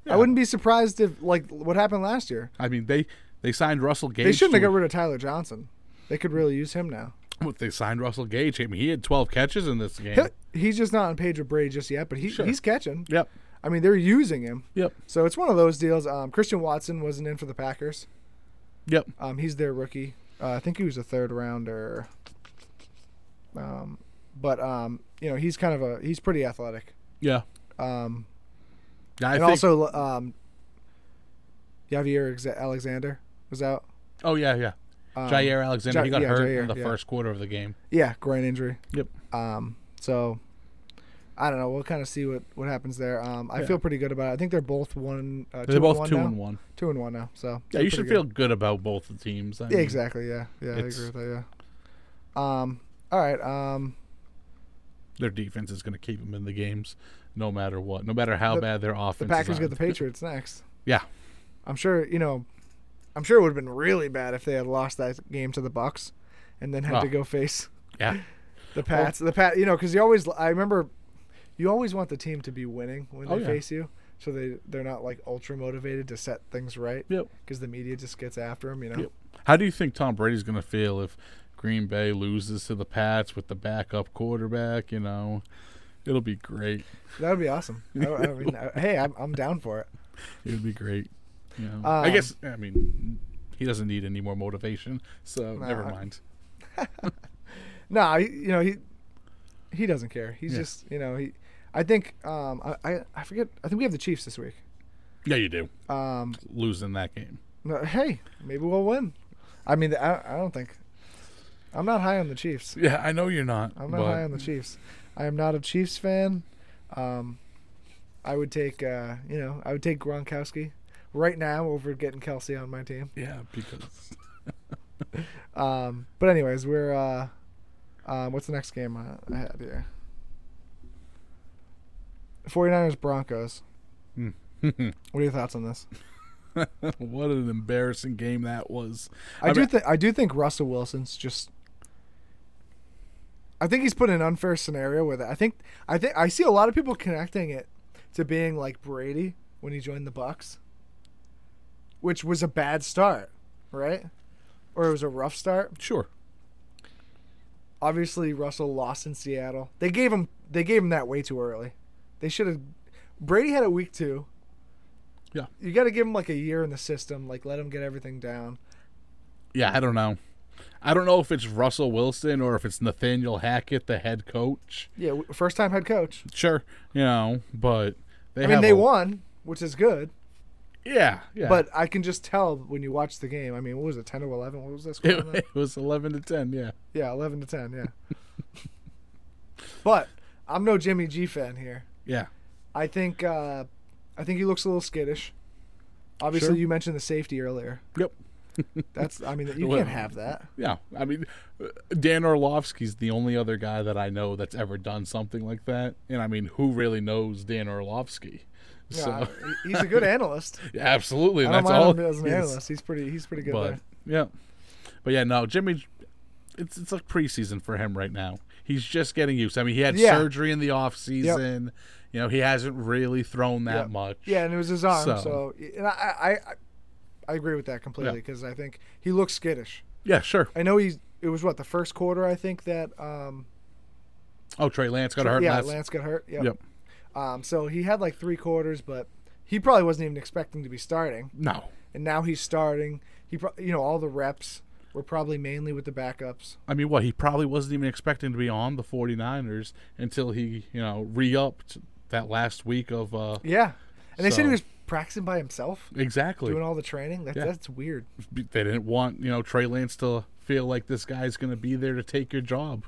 [SPEAKER 1] I
[SPEAKER 2] Yeah.
[SPEAKER 1] wouldn't be surprised if like what happened last year.
[SPEAKER 2] I mean, they they signed Russell Gage.
[SPEAKER 1] They shouldn't have
[SPEAKER 2] to-
[SPEAKER 1] got rid of Tyler Johnson. They could really use him now.
[SPEAKER 2] but they signed Russell Gage. I mean, he had 12 catches in this game.
[SPEAKER 1] He- He's just not on Pedro Brady just yet, but he,
[SPEAKER 2] Sure.
[SPEAKER 1] he's catching.
[SPEAKER 2] Yep.
[SPEAKER 1] I mean, they're using him.
[SPEAKER 2] Yep.
[SPEAKER 1] So it's one of those deals. Um, Christian Watson wasn't in for the Packers.
[SPEAKER 2] Yep.
[SPEAKER 1] Um, he's their rookie. Uh, I think he was a third rounder. Um, but um, you know, he's kind of a he's pretty athletic.
[SPEAKER 2] Yeah.
[SPEAKER 1] Um,
[SPEAKER 2] Yeah, I
[SPEAKER 1] and
[SPEAKER 2] think,
[SPEAKER 1] also um, Javier Exa- Alexander was out.
[SPEAKER 2] oh yeah, yeah.
[SPEAKER 1] Um,
[SPEAKER 2] Jair Alexander,
[SPEAKER 1] Ja-
[SPEAKER 2] he got
[SPEAKER 1] yeah,
[SPEAKER 2] hurt
[SPEAKER 1] Jair,
[SPEAKER 2] in the
[SPEAKER 1] yeah.
[SPEAKER 2] first quarter of the game.
[SPEAKER 1] Yeah, groin injury.
[SPEAKER 2] Yep.
[SPEAKER 1] Um, so I don't know. We'll kind of see what what happens there. Um, I
[SPEAKER 2] Yeah.
[SPEAKER 1] feel pretty good about it. I think they're both one. Uh,
[SPEAKER 2] They're
[SPEAKER 1] two
[SPEAKER 2] both
[SPEAKER 1] and one
[SPEAKER 2] two
[SPEAKER 1] now.
[SPEAKER 2] and one.
[SPEAKER 1] Two and one now. So
[SPEAKER 2] Yeah,
[SPEAKER 1] they're
[SPEAKER 2] you
[SPEAKER 1] pretty
[SPEAKER 2] should
[SPEAKER 1] good.
[SPEAKER 2] feel good about both the teams. I
[SPEAKER 1] Yeah,
[SPEAKER 2] mean,
[SPEAKER 1] exactly. Yeah, yeah, I agree
[SPEAKER 2] it's-
[SPEAKER 1] with that. Yeah. Um. All right. Um.
[SPEAKER 2] Their defense is going to keep them in the games, no matter what, no matter how
[SPEAKER 1] The-
[SPEAKER 2] bad their offense.
[SPEAKER 1] The
[SPEAKER 2] is
[SPEAKER 1] Packers get
[SPEAKER 2] on. [LAUGHS]
[SPEAKER 1] the Patriots next.
[SPEAKER 2] Yeah.
[SPEAKER 1] I'm sure. You know. I'm sure it would have been really bad if they had lost that game to the Bucks, and then had
[SPEAKER 2] Oh.
[SPEAKER 1] to go face
[SPEAKER 2] Yeah.
[SPEAKER 1] the Pats. the Pat. You know, because you always. I remember. You always want the team to be winning when they
[SPEAKER 2] Oh, yeah.
[SPEAKER 1] face you, so they they're not like ultra motivated to set things right.
[SPEAKER 2] Yep.
[SPEAKER 1] because the media just gets after him, you know.
[SPEAKER 2] Yep. How do you think Tom Brady's going to feel if Green Bay loses to the Pats with the backup quarterback? You know, it'll be great.
[SPEAKER 1] That would be
[SPEAKER 2] [LAUGHS]
[SPEAKER 1] awesome. I, I mean, I- hey, I'm, I'm down for it.
[SPEAKER 2] It would be great. You know, I
[SPEAKER 1] Um,
[SPEAKER 2] guess I mean he doesn't need any more motivation, so
[SPEAKER 1] No,
[SPEAKER 2] never
[SPEAKER 1] I-
[SPEAKER 2] mind.
[SPEAKER 1] No, I- you know he he doesn't care. He's
[SPEAKER 2] Yeah.
[SPEAKER 1] just you know he. I think um I, I I forget. I think we have the Chiefs this week.
[SPEAKER 2] Yeah, you do
[SPEAKER 1] Um,
[SPEAKER 2] losing that game.
[SPEAKER 1] no, hey, maybe we'll win. I mean, I, I don't think. I'm not high on the Chiefs.
[SPEAKER 2] Yeah, I know you're not.
[SPEAKER 1] I'm not
[SPEAKER 2] but
[SPEAKER 1] high on the Chiefs. I am not a Chiefs fan. Um, I would take uh, you know I would take Gronkowski right now over getting Kelsey on my team.
[SPEAKER 2] Yeah, [LAUGHS] because
[SPEAKER 1] Um, but anyways, we're uh, um, what's the next game I I had here? 49ers Broncos. What are your thoughts on this?
[SPEAKER 2] Hmm. [LAUGHS] what an embarrassing game that was.
[SPEAKER 1] I,
[SPEAKER 2] I
[SPEAKER 1] do
[SPEAKER 2] mean-
[SPEAKER 1] think I do think Russell Wilson's just I think he's put in an unfair scenario with it. I think I think I see a lot of people connecting it to being like Brady when he joined the Bucks. which was a bad start, right? Or it was a rough start.
[SPEAKER 2] Sure.
[SPEAKER 1] Obviously, Russell lost in Seattle. They gave him they gave him that way too early. They should have. Brady had a week two.
[SPEAKER 2] Yeah.
[SPEAKER 1] You got to give him like a year in the system. Like let him get everything down.
[SPEAKER 2] Yeah, I don't know. I don't know if it's Russell Wilson or if it's Nathaniel Hackett, the head coach.
[SPEAKER 1] Yeah, w- first time head coach.
[SPEAKER 2] Sure, you know, but they
[SPEAKER 1] I mean,
[SPEAKER 2] have
[SPEAKER 1] they
[SPEAKER 2] a-
[SPEAKER 1] won, which is good.
[SPEAKER 2] Yeah, yeah.
[SPEAKER 1] But I can just tell when you watch the game. I mean, what was it, ten or eleven? What was this?
[SPEAKER 2] [LAUGHS] it, [LAUGHS] it was eleven to ten. Yeah.
[SPEAKER 1] Yeah, eleven to ten. Yeah. [LAUGHS] but I'm no Jimmy G fan here.
[SPEAKER 2] Yeah.
[SPEAKER 1] I think uh, I think he looks a little skittish. Obviously,
[SPEAKER 2] Sure.
[SPEAKER 1] you mentioned the safety earlier.
[SPEAKER 2] Yep.
[SPEAKER 1] That's I mean you
[SPEAKER 2] [LAUGHS] Well-
[SPEAKER 1] can't have that.
[SPEAKER 2] Yeah. I mean, Dan Orlovsky's the only other guy that I know that's ever done something like that. And I mean, who really knows Dan Orlovsky?
[SPEAKER 1] Yeah,
[SPEAKER 2] so
[SPEAKER 1] I- he's a good analyst.
[SPEAKER 2] [LAUGHS] Yeah, absolutely.
[SPEAKER 1] I don't
[SPEAKER 2] that's
[SPEAKER 1] mind
[SPEAKER 2] all.
[SPEAKER 1] him as an
[SPEAKER 2] he is.
[SPEAKER 1] analyst. He's pretty he's pretty good
[SPEAKER 2] but
[SPEAKER 1] there.
[SPEAKER 2] yeah, but yeah, no, Jimmy. It's it's like preseason for him right now. He's just getting used. I mean, he had
[SPEAKER 1] Yeah.
[SPEAKER 2] surgery in the off season. You know, he hasn't really thrown that
[SPEAKER 1] Yep.
[SPEAKER 2] much.
[SPEAKER 1] Yeah, and it was his arm. So,
[SPEAKER 2] So-
[SPEAKER 1] and I, I I I agree with that completely because I think he looks skittish.
[SPEAKER 2] yeah, sure.
[SPEAKER 1] I know he's it was what the first quarter I think that um
[SPEAKER 2] Oh, Trey Lance got hurt
[SPEAKER 1] yeah
[SPEAKER 2] last.
[SPEAKER 1] Lance got hurt. Yep.
[SPEAKER 2] Yep.
[SPEAKER 1] Um, so he had like three quarters, but he probably wasn't even expecting to be starting,
[SPEAKER 2] No.
[SPEAKER 1] and now he's starting. He, pro- you know, all the reps were probably mainly with the backups.
[SPEAKER 2] I mean, what he probably wasn't even expecting to be on the 49ers until he, you know, re-upped that last week of uh
[SPEAKER 1] Yeah, and they said he
[SPEAKER 2] So-
[SPEAKER 1] was practicing by himself,
[SPEAKER 2] exactly.
[SPEAKER 1] doing all the training. That,
[SPEAKER 2] Yeah.
[SPEAKER 1] That's weird. [LAUGHS]
[SPEAKER 2] they didn't want you know Trey Lance to feel like this guy's going to be there to take your job.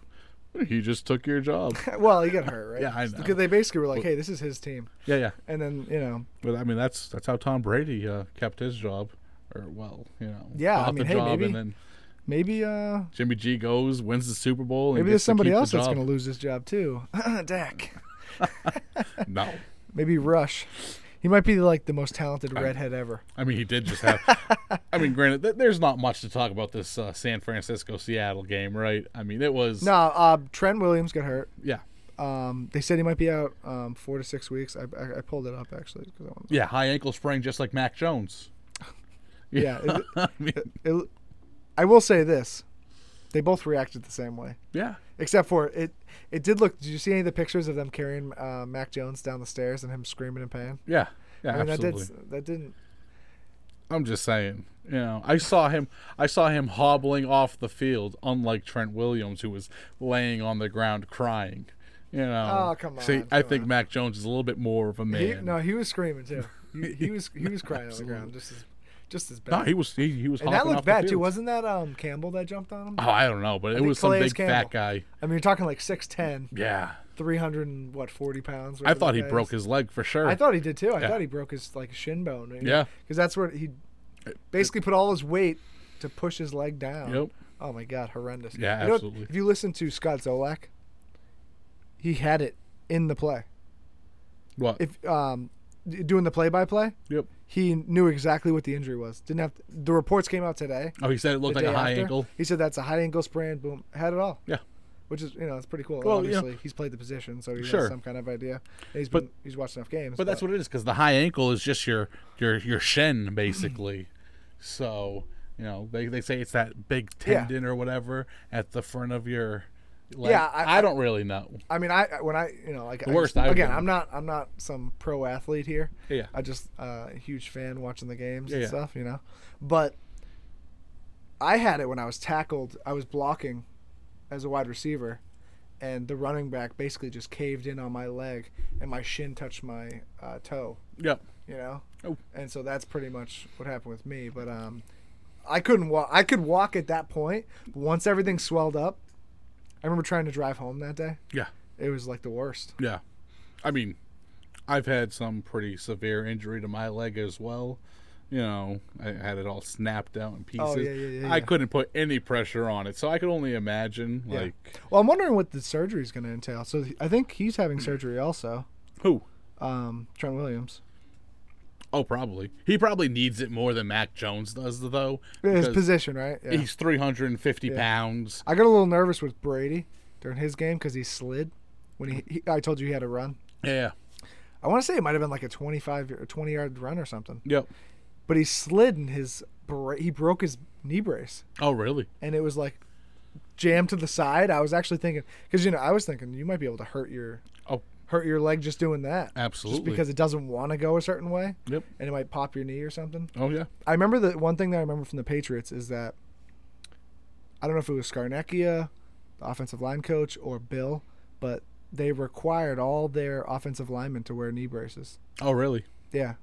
[SPEAKER 2] He just took
[SPEAKER 1] [LAUGHS]
[SPEAKER 2] your job.
[SPEAKER 1] well, he got hurt, right?
[SPEAKER 2] [LAUGHS] Yeah, I know.
[SPEAKER 1] Because they basically were like, "Hey, this is his team,"
[SPEAKER 2] yeah, yeah.
[SPEAKER 1] and then you know,
[SPEAKER 2] But I mean, that's that's how Tom Brady uh, kept his job, or well, you know,
[SPEAKER 1] Yeah, I
[SPEAKER 2] got
[SPEAKER 1] mean,
[SPEAKER 2] the
[SPEAKER 1] hey,
[SPEAKER 2] job,
[SPEAKER 1] maybe-
[SPEAKER 2] and then
[SPEAKER 1] maybe uh,
[SPEAKER 2] Jimmy G goes, wins the Super Bowl, and
[SPEAKER 1] maybe there's
[SPEAKER 2] gets to
[SPEAKER 1] somebody
[SPEAKER 2] keep the
[SPEAKER 1] else that's
[SPEAKER 2] job.
[SPEAKER 1] going to lose his job too. [LAUGHS] Dak.
[SPEAKER 2] No,
[SPEAKER 1] Maybe Rush. He might be like the most talented redhead ever.
[SPEAKER 2] I mean, he did just have. I mean, granted, th- there's not much to talk about this uh, San Francisco Seattle game, right? I mean, it was
[SPEAKER 1] No, uh, Trent Williams got hurt.
[SPEAKER 2] yeah,
[SPEAKER 1] Um, they said he might be out um, four to six weeks. I, I, I pulled it up actually 'cause I wanted to-
[SPEAKER 2] yeah, high ankle sprain, just like Mac Jones.
[SPEAKER 1] Yeah, it,
[SPEAKER 2] [LAUGHS] I mean,
[SPEAKER 1] it- I will say this: they both reacted the same way,
[SPEAKER 2] yeah,
[SPEAKER 1] except for it. It did look. Did you see any of the pictures of them carrying uh, Mac Jones down the stairs and him screaming in pain?
[SPEAKER 2] yeah, yeah,
[SPEAKER 1] I mean,
[SPEAKER 2] absolutely.
[SPEAKER 1] that did. That didn't.
[SPEAKER 2] I'm just saying. You know, I saw him. I saw him hobbling off the field, unlike Trent Williams, who was laying on the ground crying. You know.
[SPEAKER 1] Oh, come
[SPEAKER 2] See,
[SPEAKER 1] on,
[SPEAKER 2] I
[SPEAKER 1] come
[SPEAKER 2] think
[SPEAKER 1] on.
[SPEAKER 2] Mac Jones is a little bit more of a man.
[SPEAKER 1] He, no, he was screaming
[SPEAKER 2] [LAUGHS]
[SPEAKER 1] too. He, he was he was crying on the
[SPEAKER 2] Absolutely.
[SPEAKER 1] ground just as just as bad.
[SPEAKER 2] No, he was. He, he was.
[SPEAKER 1] and that
[SPEAKER 2] hopping
[SPEAKER 1] looked
[SPEAKER 2] off the
[SPEAKER 1] bad too.
[SPEAKER 2] field.
[SPEAKER 1] Wasn't that um Campbell that jumped on him?
[SPEAKER 2] Oh, I don't know, but it
[SPEAKER 1] think
[SPEAKER 2] was some
[SPEAKER 1] Calais
[SPEAKER 2] big fat
[SPEAKER 1] Campbell.
[SPEAKER 2] guy.
[SPEAKER 1] I mean, you're talking like 6'10",
[SPEAKER 2] Yeah,
[SPEAKER 1] 300 and what forty pounds.
[SPEAKER 2] I
[SPEAKER 1] whatever
[SPEAKER 2] thought
[SPEAKER 1] that
[SPEAKER 2] he
[SPEAKER 1] guy is.
[SPEAKER 2] broke his leg for sure.
[SPEAKER 1] I thought he did too. I
[SPEAKER 2] Yeah.
[SPEAKER 1] thought he broke his like shin bone.
[SPEAKER 2] Yeah.
[SPEAKER 1] because that's where he basically put all his weight to push his leg down.
[SPEAKER 2] Yep.
[SPEAKER 1] Oh my god, horrendous.
[SPEAKER 2] Yeah,
[SPEAKER 1] You know,
[SPEAKER 2] absolutely.
[SPEAKER 1] if you listen to Scott Zolak, he had it in the play.
[SPEAKER 2] What?
[SPEAKER 1] If um, d- doing the play-by-play,
[SPEAKER 2] yep.
[SPEAKER 1] he knew exactly what the injury was. Didn't have to, the reports came out today.
[SPEAKER 2] Oh, he said it
[SPEAKER 1] the
[SPEAKER 2] looked like a
[SPEAKER 1] day
[SPEAKER 2] high
[SPEAKER 1] after.
[SPEAKER 2] ankle.
[SPEAKER 1] He said that's a high ankle sprain. Boom, had it all.
[SPEAKER 2] Yeah.
[SPEAKER 1] Which is, you know, it's pretty cool.
[SPEAKER 2] Well, you know-
[SPEAKER 1] Obviously, he's played the position, so he
[SPEAKER 2] Sure.
[SPEAKER 1] has some kind of idea. And He's
[SPEAKER 2] But-
[SPEAKER 1] been, he's watched enough games.
[SPEAKER 2] But that's what it is because the high ankle is just your your your shin basically. [CLEARS THROAT] so you know they, they say it's that big
[SPEAKER 1] Yeah.
[SPEAKER 2] tendon or whatever at the front of your. Leg.
[SPEAKER 1] Yeah, I-
[SPEAKER 2] I, don't really know.
[SPEAKER 1] I mean, I when I you know like
[SPEAKER 2] The
[SPEAKER 1] I
[SPEAKER 2] worst
[SPEAKER 1] just-
[SPEAKER 2] I've
[SPEAKER 1] again,
[SPEAKER 2] been.
[SPEAKER 1] I'm not I'm not some pro athlete here.
[SPEAKER 2] Yeah.
[SPEAKER 1] I just uh, a huge fan watching the games
[SPEAKER 2] Yeah,
[SPEAKER 1] and
[SPEAKER 2] yeah.
[SPEAKER 1] stuff, you know. But I had it when I was tackled. I was blocking as a wide receiver, and the running back basically just caved in on my leg, and my shin touched my uh, toe,
[SPEAKER 2] Yep.
[SPEAKER 1] you know.
[SPEAKER 2] Oh.
[SPEAKER 1] And so that's pretty much what happened with me. But um, I couldn't walk. I could walk at that point. But once everything swelled up, I remember trying to drive home that day.
[SPEAKER 2] Yeah.
[SPEAKER 1] It was like the worst.
[SPEAKER 2] Yeah. I mean, I've had some pretty severe injury to my leg as well. You know, I had it all snapped out in pieces.
[SPEAKER 1] Oh, yeah, yeah, yeah,
[SPEAKER 2] I
[SPEAKER 1] yeah.
[SPEAKER 2] couldn't put any pressure on it, so I could only imagine.
[SPEAKER 1] Yeah.
[SPEAKER 2] Like
[SPEAKER 1] Well, I'm wondering what the surgery is going to entail. So I think he's having
[SPEAKER 2] Mm.
[SPEAKER 1] surgery also.
[SPEAKER 2] who?
[SPEAKER 1] Um, Trent Williams.
[SPEAKER 2] Oh, probably. He probably needs it more than Mac Jones does, though.
[SPEAKER 1] His
[SPEAKER 2] because
[SPEAKER 1] position, right? Yeah.
[SPEAKER 2] He's 350
[SPEAKER 1] Yeah.
[SPEAKER 2] pounds.
[SPEAKER 1] I got a little nervous with Brady during his game because he slid when he, he. I told you he had a run.
[SPEAKER 2] Yeah.
[SPEAKER 1] I want to say it might have been like a 25 or 20 yard run or something.
[SPEAKER 2] Yep.
[SPEAKER 1] but he slid in his bra- he broke his knee brace,
[SPEAKER 2] Oh, really?
[SPEAKER 1] and it was like jammed to the side. I was actually thinking because you know I was thinking you might be able to hurt your
[SPEAKER 2] Oh,
[SPEAKER 1] hurt your leg just doing that, just
[SPEAKER 2] absolutely.
[SPEAKER 1] because it doesn't want to go a certain way,
[SPEAKER 2] Yep.
[SPEAKER 1] and it might pop your knee or something.
[SPEAKER 2] Oh, yeah.
[SPEAKER 1] I remember the one thing that I remember from the Patriots is that I don't know if it was Scarnecchia, the offensive line coach, or Bill, but they required all their offensive linemen to wear knee braces.
[SPEAKER 2] Oh, really?
[SPEAKER 1] Yeah,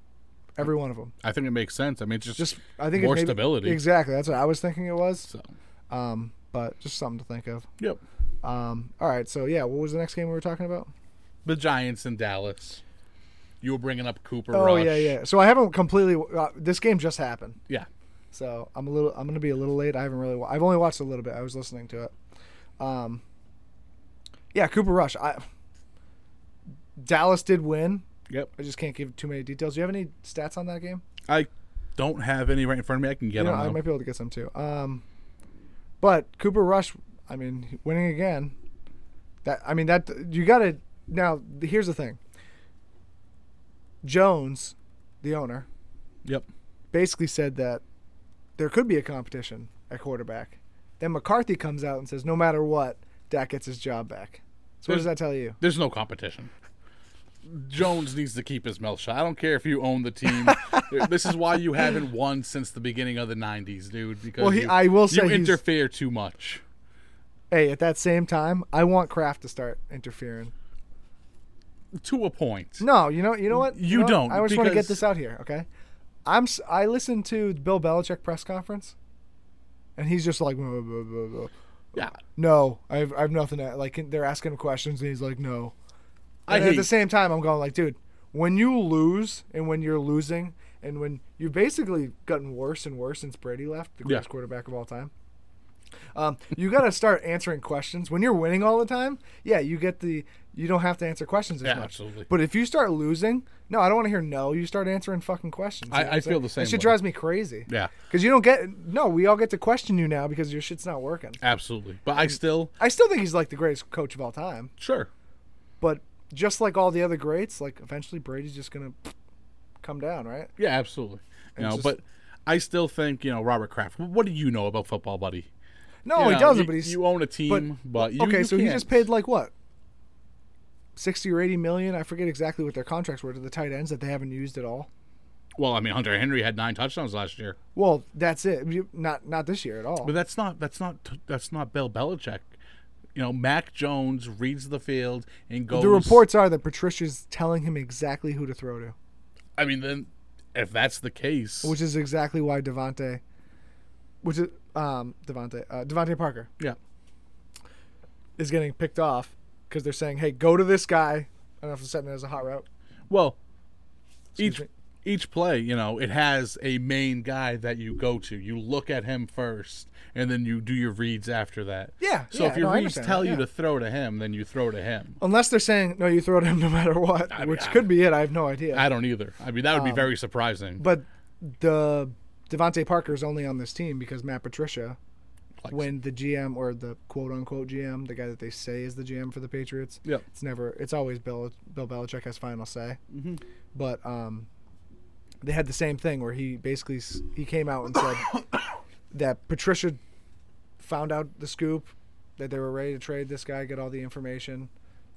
[SPEAKER 1] every one of them.
[SPEAKER 2] I think it makes sense. I mean, it's just,
[SPEAKER 1] Just I think it
[SPEAKER 2] more
[SPEAKER 1] maybe-
[SPEAKER 2] stability.
[SPEAKER 1] Exactly, that's what I was thinking it was.
[SPEAKER 2] so,
[SPEAKER 1] Um, but just something to think of.
[SPEAKER 2] yep.
[SPEAKER 1] Um, all right, so yeah, what was the next game we were talking about?
[SPEAKER 2] The Giants in Dallas. You were bringing up Cooper
[SPEAKER 1] Oh
[SPEAKER 2] Rush.
[SPEAKER 1] yeah, yeah. So I haven't completely. Uh, this game just happened.
[SPEAKER 2] Yeah.
[SPEAKER 1] So I'm a little. I'm gonna be a little late. I haven't really. Wa- I've only watched a little bit. I was listening to it. Um. Yeah, Cooper Rush. I. Dallas did win.
[SPEAKER 2] Yep.
[SPEAKER 1] I just can't give too many details. Do you have any stats on that game?
[SPEAKER 2] I don't have any right in front of me. I can get
[SPEAKER 1] You know,
[SPEAKER 2] on
[SPEAKER 1] I
[SPEAKER 2] them.
[SPEAKER 1] might be able to get some too. Um. But Cooper Rush, I mean, winning again. That I mean that you got to now. Here's the thing. Jones, the owner,
[SPEAKER 2] Yep.
[SPEAKER 1] basically said that there could be a competition at quarterback. Then McCarthy comes out and says, no matter what, Dak gets his job back. So what does that tell you?
[SPEAKER 2] There's no competition. Jones needs to keep his mouth shut. I don't care if you own the team.
[SPEAKER 1] [LAUGHS]
[SPEAKER 2] this is why you haven't won since the beginning of the '90s, dude. Because
[SPEAKER 1] Well, he-
[SPEAKER 2] you,
[SPEAKER 1] I will say
[SPEAKER 2] you
[SPEAKER 1] he's-
[SPEAKER 2] interfere too much.
[SPEAKER 1] Hey, at that same time, I want Kraft to start interfering.
[SPEAKER 2] To a point.
[SPEAKER 1] No, you know, you know what?
[SPEAKER 2] You
[SPEAKER 1] know what?
[SPEAKER 2] don't,
[SPEAKER 1] I just want to get
[SPEAKER 2] because-
[SPEAKER 1] this out here, okay? I'm s- I listened to the Bill Belichick press conference, and he's just like, "Blah, blah, blah, blah."
[SPEAKER 2] Yeah,
[SPEAKER 1] no, I have, I have nothing. To, like they're asking him questions, and he's like, no.
[SPEAKER 2] I
[SPEAKER 1] And at
[SPEAKER 2] hate-
[SPEAKER 1] the same time, I'm going like, dude, when you lose and when you're losing and when you've basically gotten worse and worse since Brady left, the greatest quarterback of all time. Um, you got to start answering questions when you're winning all the time. Yeah, you get the you don't have to answer questions as
[SPEAKER 2] Yeah,
[SPEAKER 1] much.
[SPEAKER 2] absolutely.
[SPEAKER 1] But if you start losing, no, I don't want to hear no. You start answering fucking questions.
[SPEAKER 2] I-
[SPEAKER 1] You know what
[SPEAKER 2] I
[SPEAKER 1] I'm
[SPEAKER 2] feel
[SPEAKER 1] saying?
[SPEAKER 2] the same
[SPEAKER 1] That shit
[SPEAKER 2] way.
[SPEAKER 1] drives me crazy.
[SPEAKER 2] yeah,
[SPEAKER 1] Because you don't get no. We all get to question you now because your shit's not working.
[SPEAKER 2] absolutely. But I still
[SPEAKER 1] I still think he's like the greatest coach of all time,
[SPEAKER 2] sure.
[SPEAKER 1] but just like all the other greats, like eventually Brady's just gonna come down, right?
[SPEAKER 2] Yeah, absolutely. You know,
[SPEAKER 1] just-
[SPEAKER 2] but I still think you know Robert Kraft. What do you know about football, buddy?
[SPEAKER 1] No,
[SPEAKER 2] You
[SPEAKER 1] he
[SPEAKER 2] know,
[SPEAKER 1] doesn't.
[SPEAKER 2] you-
[SPEAKER 1] but he's
[SPEAKER 2] you own a team, but, you,
[SPEAKER 1] okay.
[SPEAKER 2] you
[SPEAKER 1] so he
[SPEAKER 2] can't.
[SPEAKER 1] just paid like what, sixty or eighty million? I forget exactly what their contracts were to the tight ends that they haven't used at all.
[SPEAKER 2] Well, I mean, Hunter Henry had nine touchdowns last year.
[SPEAKER 1] Well, that's it. You- Not not this year at all.
[SPEAKER 2] But that's not that's not that's not Bill Belichick. You know, Mac Jones reads the field and goes.
[SPEAKER 1] The reports are that Patricia's telling him exactly who to throw to,
[SPEAKER 2] I mean, then if that's the case,
[SPEAKER 1] which is exactly why Devonte, which is um Devonte uh, Devonte Parker
[SPEAKER 2] yeah,
[SPEAKER 1] is getting picked off because they're saying, hey, go to this guy. I don't know if I'm setting it as a hot route.
[SPEAKER 2] well, each
[SPEAKER 1] me.
[SPEAKER 2] each play, you know, it has a main guy that you go to. You look at him first, and then you do your reads after that.
[SPEAKER 1] Yeah,
[SPEAKER 2] So
[SPEAKER 1] yeah,
[SPEAKER 2] if your
[SPEAKER 1] no, I
[SPEAKER 2] reads
[SPEAKER 1] understand
[SPEAKER 2] tell
[SPEAKER 1] that,
[SPEAKER 2] you
[SPEAKER 1] yeah.
[SPEAKER 2] to throw to him, then you throw to him.
[SPEAKER 1] Unless they're saying no, you throw it him no matter what,
[SPEAKER 2] mean,
[SPEAKER 1] which
[SPEAKER 2] I-
[SPEAKER 1] could be it. I have no idea.
[SPEAKER 2] I don't either. I mean, that would be very surprising.
[SPEAKER 1] Um, but the Devonte Parker is only on this team because Matt Patricia,
[SPEAKER 2] Like-
[SPEAKER 1] when the GM or the quote unquote GM, the guy that they say is the GM for the Patriots,
[SPEAKER 2] Yep.
[SPEAKER 1] it's never, it's always Bill. Bill Belichick has final say. Mm-hmm. But um, they had the same thing where he basically s- he came out and said [COUGHS] that Patricia found out the scoop that they were ready to trade this guy, get all the information,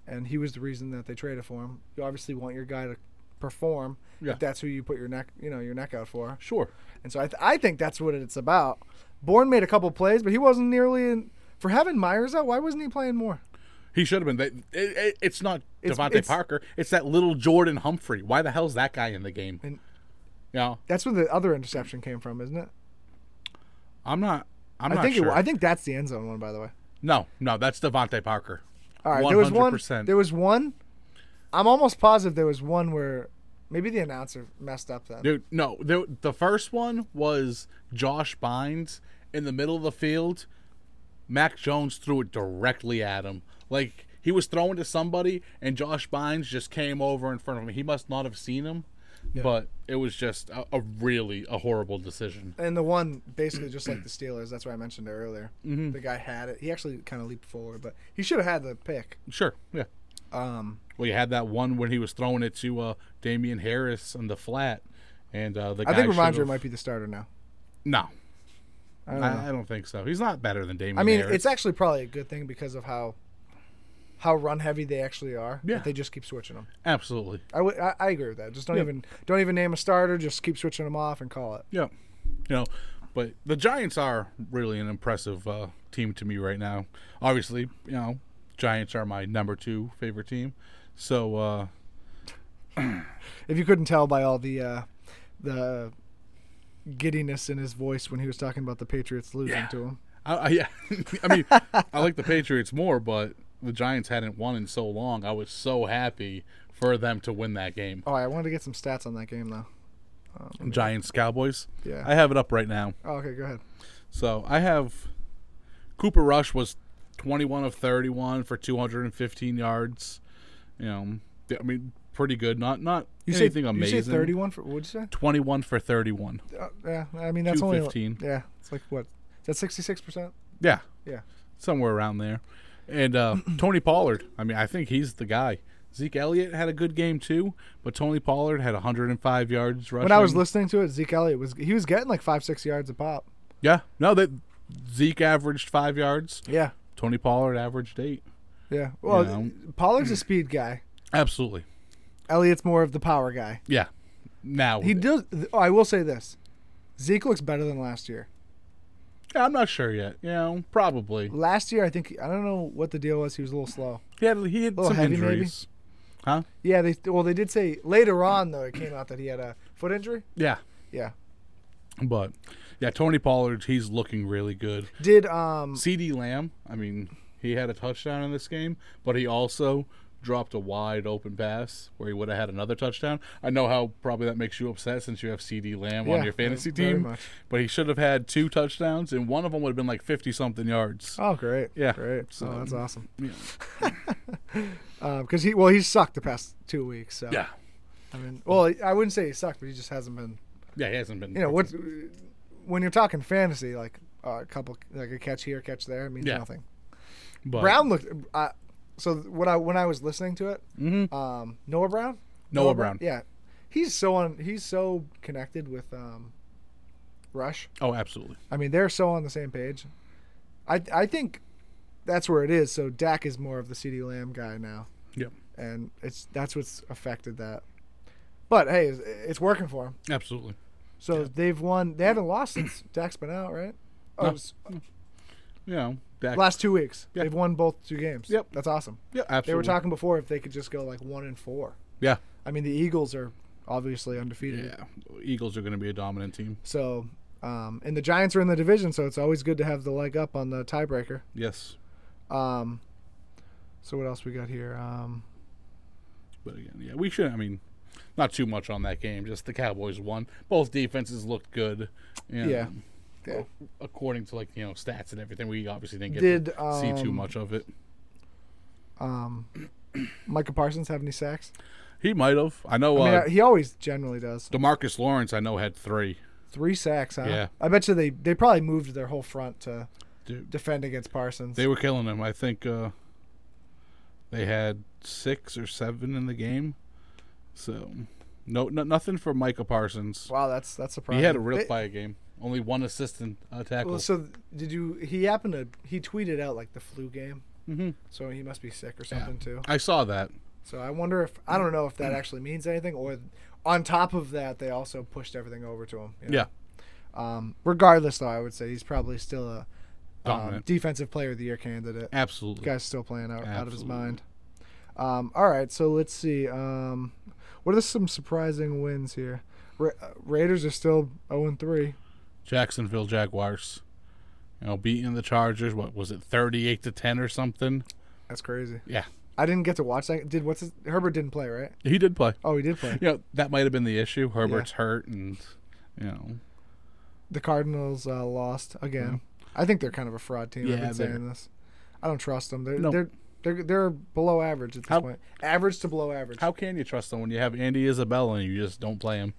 [SPEAKER 1] and he was the reason that they traded for him. You obviously want your guy to perform
[SPEAKER 2] Yeah.
[SPEAKER 1] if that's who you put your neck, you know, your neck out for.
[SPEAKER 2] sure.
[SPEAKER 1] And so I, th- I think that's what it's about. Bourne made a couple plays, but he wasn't nearly in. For having Myers out, why wasn't he playing more?
[SPEAKER 2] He should have been. They- It, it, it's not
[SPEAKER 1] It's-
[SPEAKER 2] Devontae
[SPEAKER 1] it's-
[SPEAKER 2] Parker. It's that little Jordan Humphrey. Why the hell's that guy in the game?
[SPEAKER 1] And-
[SPEAKER 2] you know,
[SPEAKER 1] That's where the other interception came from, isn't it?
[SPEAKER 2] I'm not. I'm
[SPEAKER 1] I
[SPEAKER 2] not
[SPEAKER 1] think
[SPEAKER 2] sure.
[SPEAKER 1] it, I think that's the end zone one, by the way.
[SPEAKER 2] no, no, that's Devontae Parker.
[SPEAKER 1] All right, there was one.
[SPEAKER 2] 100%.
[SPEAKER 1] There was one. I'm almost positive there was one where maybe the announcer messed up then.
[SPEAKER 2] Dude, no, there, the first one was Josh Bynes in the middle of the field. Mac Jones threw it directly at him. Like he was throwing to somebody, and Josh Bynes just came over in front of him. He must not have seen him, but it was just a, a really a horrible decision.
[SPEAKER 1] And the one basically just like the Steelers. That's why I mentioned it earlier.
[SPEAKER 2] Mm-hmm.
[SPEAKER 1] The guy had it. He actually kind of leaped forward, but he should have had the pick.
[SPEAKER 2] Sure, yeah.
[SPEAKER 1] Um,
[SPEAKER 2] Well, you had that one when he was throwing it to uh, Damian Harris on the flat, And uh, the
[SPEAKER 1] I think
[SPEAKER 2] guy
[SPEAKER 1] Ramondre
[SPEAKER 2] should've-
[SPEAKER 1] might be the starter now.
[SPEAKER 2] No,
[SPEAKER 1] I
[SPEAKER 2] I
[SPEAKER 1] don't
[SPEAKER 2] I
[SPEAKER 1] know.
[SPEAKER 2] don't, think so. He's not better than Damien.
[SPEAKER 1] I mean,
[SPEAKER 2] Harris.
[SPEAKER 1] it's actually probably a good thing because of how how run heavy they actually are. that
[SPEAKER 2] Yeah.
[SPEAKER 1] they just keep switching them.
[SPEAKER 2] absolutely.
[SPEAKER 1] I would- I- I agree with that. Just don't
[SPEAKER 2] Yeah.
[SPEAKER 1] even don't even name a starter. Just keep switching them off and call it.
[SPEAKER 2] Yeah. You know, but the Giants are really an impressive uh, team to me right now. Obviously, you know, Giants are my number two favorite team. So, uh,
[SPEAKER 1] If you couldn't tell by all the uh, the giddiness in his voice when he was talking about the Patriots losing
[SPEAKER 2] Yeah.
[SPEAKER 1] to him.
[SPEAKER 2] I, I, yeah, [LAUGHS] I mean, I like the Patriots more, but the Giants hadn't won in so long. I was so happy for them to win that game.
[SPEAKER 1] Oh, I wanted to get some stats on that game though. Um,
[SPEAKER 2] Giants Cowboys.
[SPEAKER 1] Yeah.
[SPEAKER 2] I have it up right now.
[SPEAKER 1] oh, okay, go ahead.
[SPEAKER 2] So I have Cooper Rush was 21 of 31 for 215 yards. You know, I mean, pretty good. Not not
[SPEAKER 1] You say
[SPEAKER 2] anything amazing.
[SPEAKER 1] You say thirty-one for what'd you
[SPEAKER 2] 21 for 31.
[SPEAKER 1] say? Uh, yeah, I mean that's only
[SPEAKER 2] 215.
[SPEAKER 1] yeah, it's like what? Is that sixty-six percent?
[SPEAKER 2] Yeah,
[SPEAKER 1] Yeah.
[SPEAKER 2] somewhere around there.
[SPEAKER 1] [CLEARS THROAT]
[SPEAKER 2] And uh, Tony Pollard. I mean, I think he's the guy. Zeke Elliott had a good game too, but Tony Pollard had 105 yards rushing.
[SPEAKER 1] When I was listening to it, Zeke Elliott was he was getting like five, six yards a pop.
[SPEAKER 2] yeah, no, that Zeke averaged five yards.
[SPEAKER 1] Yeah,
[SPEAKER 2] Tony Pollard averaged eight.
[SPEAKER 1] yeah. Well,
[SPEAKER 2] Yeah. [CLEARS THROAT]
[SPEAKER 1] Pollard's a speed guy.
[SPEAKER 2] Absolutely.
[SPEAKER 1] Elliott's more of the power guy.
[SPEAKER 2] Yeah. Now
[SPEAKER 1] He does. th- Oh, I will say this: Zeke looks better than last year.
[SPEAKER 2] Yeah, I'm not sure yet. You know, probably.
[SPEAKER 1] Last year, I think I don't know what the deal was. He was a little slow.
[SPEAKER 2] He had he had
[SPEAKER 1] Little
[SPEAKER 2] some
[SPEAKER 1] heavy, maybe?
[SPEAKER 2] injuries.
[SPEAKER 1] Yeah, they well they did say later on though it came out that he had a foot injury.
[SPEAKER 2] Yeah,
[SPEAKER 1] Yeah.
[SPEAKER 2] but yeah, Tony Pollard, he's looking really good.
[SPEAKER 1] Did um
[SPEAKER 2] C.D. Lamb, I mean, he had a touchdown in this game, but he also dropped a wide open pass where he would have had another touchdown. I know how probably that makes you upset since you have C.D. Lamb
[SPEAKER 1] Yeah,
[SPEAKER 2] on your fantasy
[SPEAKER 1] very
[SPEAKER 2] team,
[SPEAKER 1] much.
[SPEAKER 2] but he should have had two touchdowns, and one of them would have been like fifty something yards.
[SPEAKER 1] Oh, great.
[SPEAKER 2] Yeah. Um,
[SPEAKER 1] Great. So
[SPEAKER 2] So,
[SPEAKER 1] that's awesome.
[SPEAKER 2] yeah.
[SPEAKER 1] Because um, he, well, he's sucked the past two weeks. So
[SPEAKER 2] Yeah,
[SPEAKER 1] I mean, well, I wouldn't say he sucked, but he just hasn't been.
[SPEAKER 2] yeah, he hasn't been.
[SPEAKER 1] You know, what? When you're talking fantasy, like uh, a couple, like a catch here, catch there, it means
[SPEAKER 2] Yeah.
[SPEAKER 1] nothing.
[SPEAKER 2] but
[SPEAKER 1] Brown looked. Uh, so when I when I was listening to it,
[SPEAKER 2] Mhm.
[SPEAKER 1] um, Noah Brown.
[SPEAKER 2] Noah Brown.
[SPEAKER 1] Yeah, he's so on. He's so connected with um, Rush.
[SPEAKER 2] Oh, absolutely.
[SPEAKER 1] I mean, they're so on the same page. I I think that's where it is. So Dak is more of the CD Lamb guy now.
[SPEAKER 2] Yep.
[SPEAKER 1] And it's that's what's affected that. But hey, it's, it's working for him.
[SPEAKER 2] Absolutely.
[SPEAKER 1] So they've won. They haven't lost
[SPEAKER 2] [CLEARS THROAT]
[SPEAKER 1] since Dak's been out, right? Oh,
[SPEAKER 2] No.
[SPEAKER 1] it was
[SPEAKER 2] You know, back.
[SPEAKER 1] last two weeks.
[SPEAKER 2] Yeah.
[SPEAKER 1] They've won both two games.
[SPEAKER 2] Yep.
[SPEAKER 1] That's awesome.
[SPEAKER 2] yeah, absolutely.
[SPEAKER 1] They were talking before if they could just go like one and four.
[SPEAKER 2] Yeah.
[SPEAKER 1] I mean, the Eagles are obviously undefeated.
[SPEAKER 2] Yeah, Eagles are going to be a dominant team.
[SPEAKER 1] So, um, and the Giants are in the division, so it's always good to have the leg up on the tiebreaker.
[SPEAKER 2] Yes,
[SPEAKER 1] Um, so what else we got here? Um,
[SPEAKER 2] but again, yeah, we should. I mean, not too much on that game. Just the Cowboys won. Both defenses looked good. you know,
[SPEAKER 1] Yeah. Yeah.
[SPEAKER 2] According to like you know stats and everything, we obviously didn't get
[SPEAKER 1] Did,
[SPEAKER 2] to see too
[SPEAKER 1] um,
[SPEAKER 2] much of it.
[SPEAKER 1] um, [COUGHS] Micah Parsons have any sacks?
[SPEAKER 2] He might have. I know.
[SPEAKER 1] I mean,
[SPEAKER 2] uh,
[SPEAKER 1] I- he always generally does.
[SPEAKER 2] Demarcus Lawrence, I know, had three.
[SPEAKER 1] Three sacks, huh?
[SPEAKER 2] Yeah.
[SPEAKER 1] I bet you they, they probably moved their whole front to
[SPEAKER 2] Dude,
[SPEAKER 1] defend against Parsons.
[SPEAKER 2] they were killing him. I think uh, they had six or seven in the game. So, no, no nothing for Micah Parsons.
[SPEAKER 1] wow, that's that's surprising.
[SPEAKER 2] He had a real
[SPEAKER 1] They-
[SPEAKER 2] quiet game. Only one assist and a tackle.
[SPEAKER 1] Well, so did you? He happened to he tweeted out like the flu game,
[SPEAKER 2] hmm
[SPEAKER 1] so he must be sick or something too.
[SPEAKER 2] I saw that.
[SPEAKER 1] So I wonder if I don't know if
[SPEAKER 2] Mm.
[SPEAKER 1] that actually means anything, or on top of that, they also pushed everything over to him. you know?
[SPEAKER 2] Yeah.
[SPEAKER 1] Um, regardless, though, I would say he's probably still a um,
[SPEAKER 2] Dominant.
[SPEAKER 1] defensive player of the year candidate.
[SPEAKER 2] Absolutely.
[SPEAKER 1] Guy's still playing out, out of his
[SPEAKER 2] Absolutely.
[SPEAKER 1] mind. Um, all right, so let's see. Um, what are some surprising wins here? Ra- uh, Raiders are still 0 3.
[SPEAKER 2] Jacksonville Jaguars. You know, beating the Chargers, what was it, thirty eight to ten or something?
[SPEAKER 1] That's crazy.
[SPEAKER 2] Yeah.
[SPEAKER 1] I didn't get to watch that. Did what's his, Herbert didn't play, right?
[SPEAKER 2] He did play.
[SPEAKER 1] Oh, he did
[SPEAKER 2] [LAUGHS]
[SPEAKER 1] play.
[SPEAKER 2] You know, that might have been the issue. Herbert's hurt and you know
[SPEAKER 1] The Cardinals uh, lost again. I think they're kind of a fraud team. I've
[SPEAKER 2] Yeah,
[SPEAKER 1] been
[SPEAKER 2] they're-
[SPEAKER 1] saying this. I don't trust them. They're
[SPEAKER 2] No.
[SPEAKER 1] they're, they're they're below average at this
[SPEAKER 2] How-
[SPEAKER 1] point. Average to below average.
[SPEAKER 2] how can you trust them when you have Andy Isabella and you just don't play him?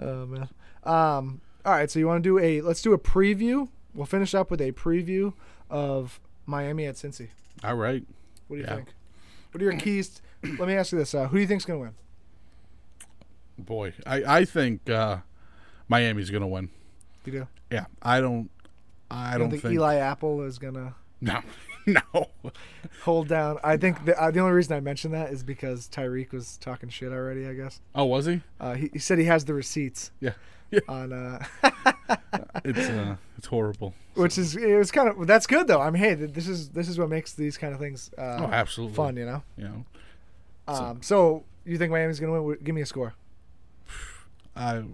[SPEAKER 1] Oh man. Um. All right. So you want to do a? Let's do a preview. We'll finish up with a preview of Miami at Cincy.
[SPEAKER 2] All right.
[SPEAKER 1] What do you
[SPEAKER 2] Yeah.
[SPEAKER 1] think? What are your keys? Let me ask you this: uh, Who do you think's gonna win?
[SPEAKER 2] Boy, I I think uh, Miami's gonna win.
[SPEAKER 1] You do.
[SPEAKER 2] Yeah, I don't. I
[SPEAKER 1] I
[SPEAKER 2] don't
[SPEAKER 1] don't think,
[SPEAKER 2] think.
[SPEAKER 1] Eli Apple is gonna
[SPEAKER 2] [LAUGHS] no, [LAUGHS] no.
[SPEAKER 1] hold down. I think the, uh, the only reason I mentioned that is because Tyreek was talking shit already. I guess
[SPEAKER 2] Oh, was he?
[SPEAKER 1] uh, he, he said he has the receipts
[SPEAKER 2] Yeah, [LAUGHS] yeah.
[SPEAKER 1] on, uh, [LAUGHS]
[SPEAKER 2] It's uh, it's horrible.
[SPEAKER 1] which is it was kind of that's good though. I mean, hey, th- this is this is what makes these kind of things
[SPEAKER 2] Oh,
[SPEAKER 1] uh,
[SPEAKER 2] absolutely.
[SPEAKER 1] fun, you know.
[SPEAKER 2] You know, So-
[SPEAKER 1] Um, so you think Miami's gonna win? W- Give me a score.
[SPEAKER 2] I.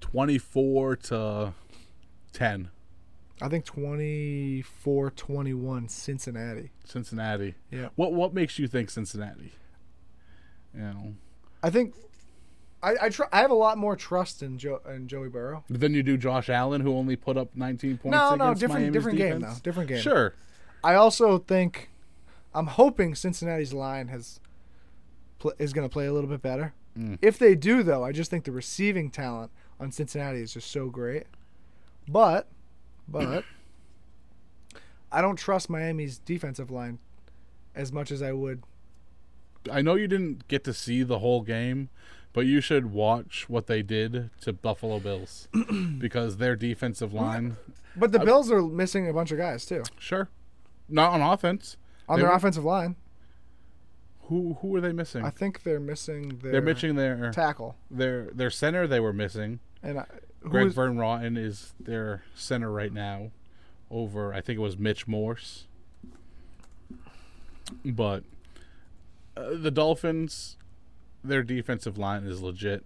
[SPEAKER 2] Twenty-four to ten,
[SPEAKER 1] I think 24-21 Cincinnati.
[SPEAKER 2] Cincinnati.
[SPEAKER 1] Yeah.
[SPEAKER 2] What What makes you think Cincinnati? You know,
[SPEAKER 1] I think I I, tr- I have a lot more trust in Joe in Joey Burrow.
[SPEAKER 2] then you do Josh Allen, who only put up nineteen points.
[SPEAKER 1] No, no,
[SPEAKER 2] against
[SPEAKER 1] different
[SPEAKER 2] Miami's
[SPEAKER 1] different game
[SPEAKER 2] defense?
[SPEAKER 1] though. Different game.
[SPEAKER 2] Sure.
[SPEAKER 1] I also think I'm hoping Cincinnati's line has pl- is going to play a little bit better.
[SPEAKER 2] Mm.
[SPEAKER 1] If they do, though, I just think the receiving talent on Cincinnati is just so great. But,
[SPEAKER 2] [CLEARS THROAT]
[SPEAKER 1] but I don't trust Miami's defensive line as much as I would.
[SPEAKER 2] I know you didn't get to see the whole game, but you should watch what they did to Buffalo
[SPEAKER 1] [CLEARS THROAT]
[SPEAKER 2] Bills because their defensive line.
[SPEAKER 1] But the Bills are missing a bunch of guys too
[SPEAKER 2] Sure, not on offense.
[SPEAKER 1] on
[SPEAKER 2] They
[SPEAKER 1] their
[SPEAKER 2] were-
[SPEAKER 1] offensive line.
[SPEAKER 2] Who who are they missing?
[SPEAKER 1] I think they're missing their
[SPEAKER 2] They're missing their
[SPEAKER 1] tackle.
[SPEAKER 2] their their center. They were missing.
[SPEAKER 1] And I, who
[SPEAKER 2] Greg
[SPEAKER 1] is-
[SPEAKER 2] Van Rotten is their center right now, over I think it was Mitch Morse. But uh, the Dolphins, their defensive line is legit.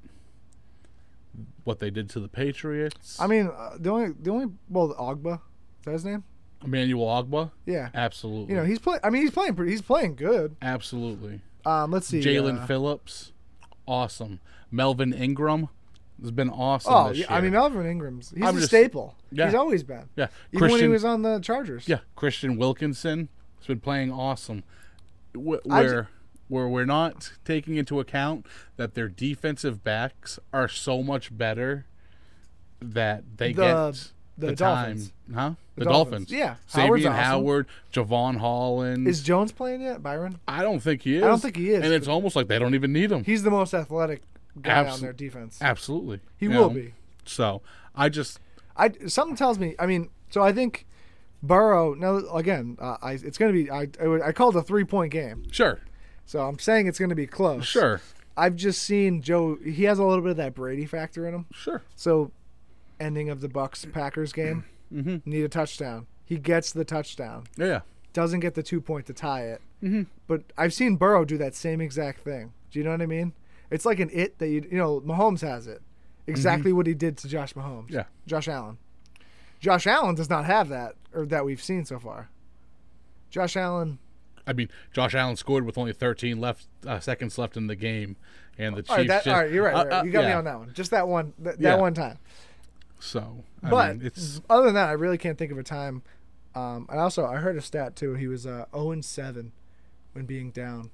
[SPEAKER 2] What they did to the Patriots,
[SPEAKER 1] I mean, uh, the only the only well, Ogba, is that his name?
[SPEAKER 2] Emmanuel Ogba,
[SPEAKER 1] Yeah.
[SPEAKER 2] absolutely,
[SPEAKER 1] You know, he's play. I mean, he's playing. Pretty, he's playing good.
[SPEAKER 2] absolutely.
[SPEAKER 1] Um, let's see.
[SPEAKER 2] Jalen
[SPEAKER 1] uh,
[SPEAKER 2] Phillips, awesome. Melvin Ingram has been awesome.
[SPEAKER 1] Oh,
[SPEAKER 2] this
[SPEAKER 1] yeah, I
[SPEAKER 2] year.
[SPEAKER 1] mean, Melvin Ingram's. He's
[SPEAKER 2] I'm
[SPEAKER 1] a
[SPEAKER 2] just-
[SPEAKER 1] staple.
[SPEAKER 2] yeah.
[SPEAKER 1] He's always been.
[SPEAKER 2] yeah,
[SPEAKER 1] Even when he was on the Chargers.
[SPEAKER 2] Yeah, Christian Wilkinson has been playing awesome. Wh-
[SPEAKER 1] I ju-
[SPEAKER 2] Where where we're not taking into account that their defensive backs are so much better that they
[SPEAKER 1] The-
[SPEAKER 2] get
[SPEAKER 1] the
[SPEAKER 2] the,
[SPEAKER 1] Dolphins.
[SPEAKER 2] time, huh? The,
[SPEAKER 1] Dolphins.
[SPEAKER 2] Dolphins.
[SPEAKER 1] Yeah, Howard's
[SPEAKER 2] Sabian
[SPEAKER 1] awesome.
[SPEAKER 2] Howard, Javon Holland.
[SPEAKER 1] Is Jones playing yet, Byron?
[SPEAKER 2] I don't think he is.
[SPEAKER 1] don't think he is,
[SPEAKER 2] And it's almost like they don't even need him.
[SPEAKER 1] He's the most athletic guy on
[SPEAKER 2] Absol-
[SPEAKER 1] their defense.
[SPEAKER 2] Absolutely.
[SPEAKER 1] He
[SPEAKER 2] you
[SPEAKER 1] will
[SPEAKER 2] know?
[SPEAKER 1] be.
[SPEAKER 2] So I just
[SPEAKER 1] I something tells me. I mean, so I think Burrow. Now again, uh, I it's going to be. I I, would, I called a three point game,
[SPEAKER 2] sure,
[SPEAKER 1] so I'm saying it's going to be close.
[SPEAKER 2] sure,
[SPEAKER 1] I've just seen Joe. He has a little bit of that Brady factor in him.
[SPEAKER 2] sure.
[SPEAKER 1] So, ending of the Bucks Packers
[SPEAKER 2] [CLEARS THROAT]
[SPEAKER 1] game.
[SPEAKER 2] Mhm.
[SPEAKER 1] Need a touchdown. He gets the touchdown.
[SPEAKER 2] Yeah.
[SPEAKER 1] Doesn't get the two point to tie it. Mm-hmm. But I've seen Burrow do that same exact thing. Do you know what I mean? It's like an it that you you know Mahomes has it, exactly what he did to Josh Mahomes.
[SPEAKER 2] Mm-hmm. Yeah.
[SPEAKER 1] Josh Allen. Josh Allen does not have that or that we've seen so far. Josh Allen.
[SPEAKER 2] I mean, Josh Allen scored with only 13 left uh, seconds left in the game, and the Chiefs.
[SPEAKER 1] All right, that,
[SPEAKER 2] just-
[SPEAKER 1] all right, you're right.
[SPEAKER 2] Uh,
[SPEAKER 1] you're right.
[SPEAKER 2] uh,
[SPEAKER 1] you got me
[SPEAKER 2] yeah.
[SPEAKER 1] on that one. Just that one. That,
[SPEAKER 2] Yeah.
[SPEAKER 1] that one time.
[SPEAKER 2] So, I
[SPEAKER 1] But-
[SPEAKER 2] mean, it's
[SPEAKER 1] other than that, I really can't think of a time. Um, and also, I heard a stat too. He was uh, 0 and 7 when being down.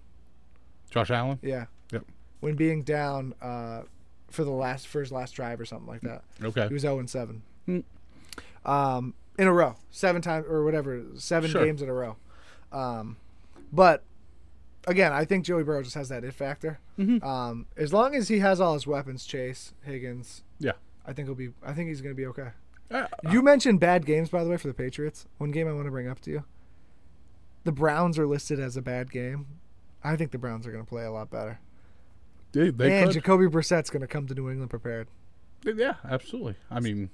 [SPEAKER 2] Josh Allen.
[SPEAKER 1] Yeah.
[SPEAKER 2] Yep.
[SPEAKER 1] When being down uh, for the last for his last drive or something like that.
[SPEAKER 2] Okay,
[SPEAKER 1] He was 0 and 7.
[SPEAKER 2] Hmm.
[SPEAKER 1] Um, in a row, seven times or whatever, seven
[SPEAKER 2] Sure.
[SPEAKER 1] games in a row. Um, but again, I think Joey Burrow just has that it factor.
[SPEAKER 2] Mhm.
[SPEAKER 1] Um, as long as he has all his weapons, Chase Higgins.
[SPEAKER 2] Yeah.
[SPEAKER 1] I think he'll be. I think he's going to be okay.
[SPEAKER 2] Uh,
[SPEAKER 1] You mentioned bad games, by the way, for the Patriots. One game I want to bring up to you. The Browns are listed as a bad game. I think the Browns are going to play a lot better.
[SPEAKER 2] they, they
[SPEAKER 1] and
[SPEAKER 2] could.
[SPEAKER 1] Jacoby Brissett's going to come to New England prepared.
[SPEAKER 2] yeah, absolutely. I mean,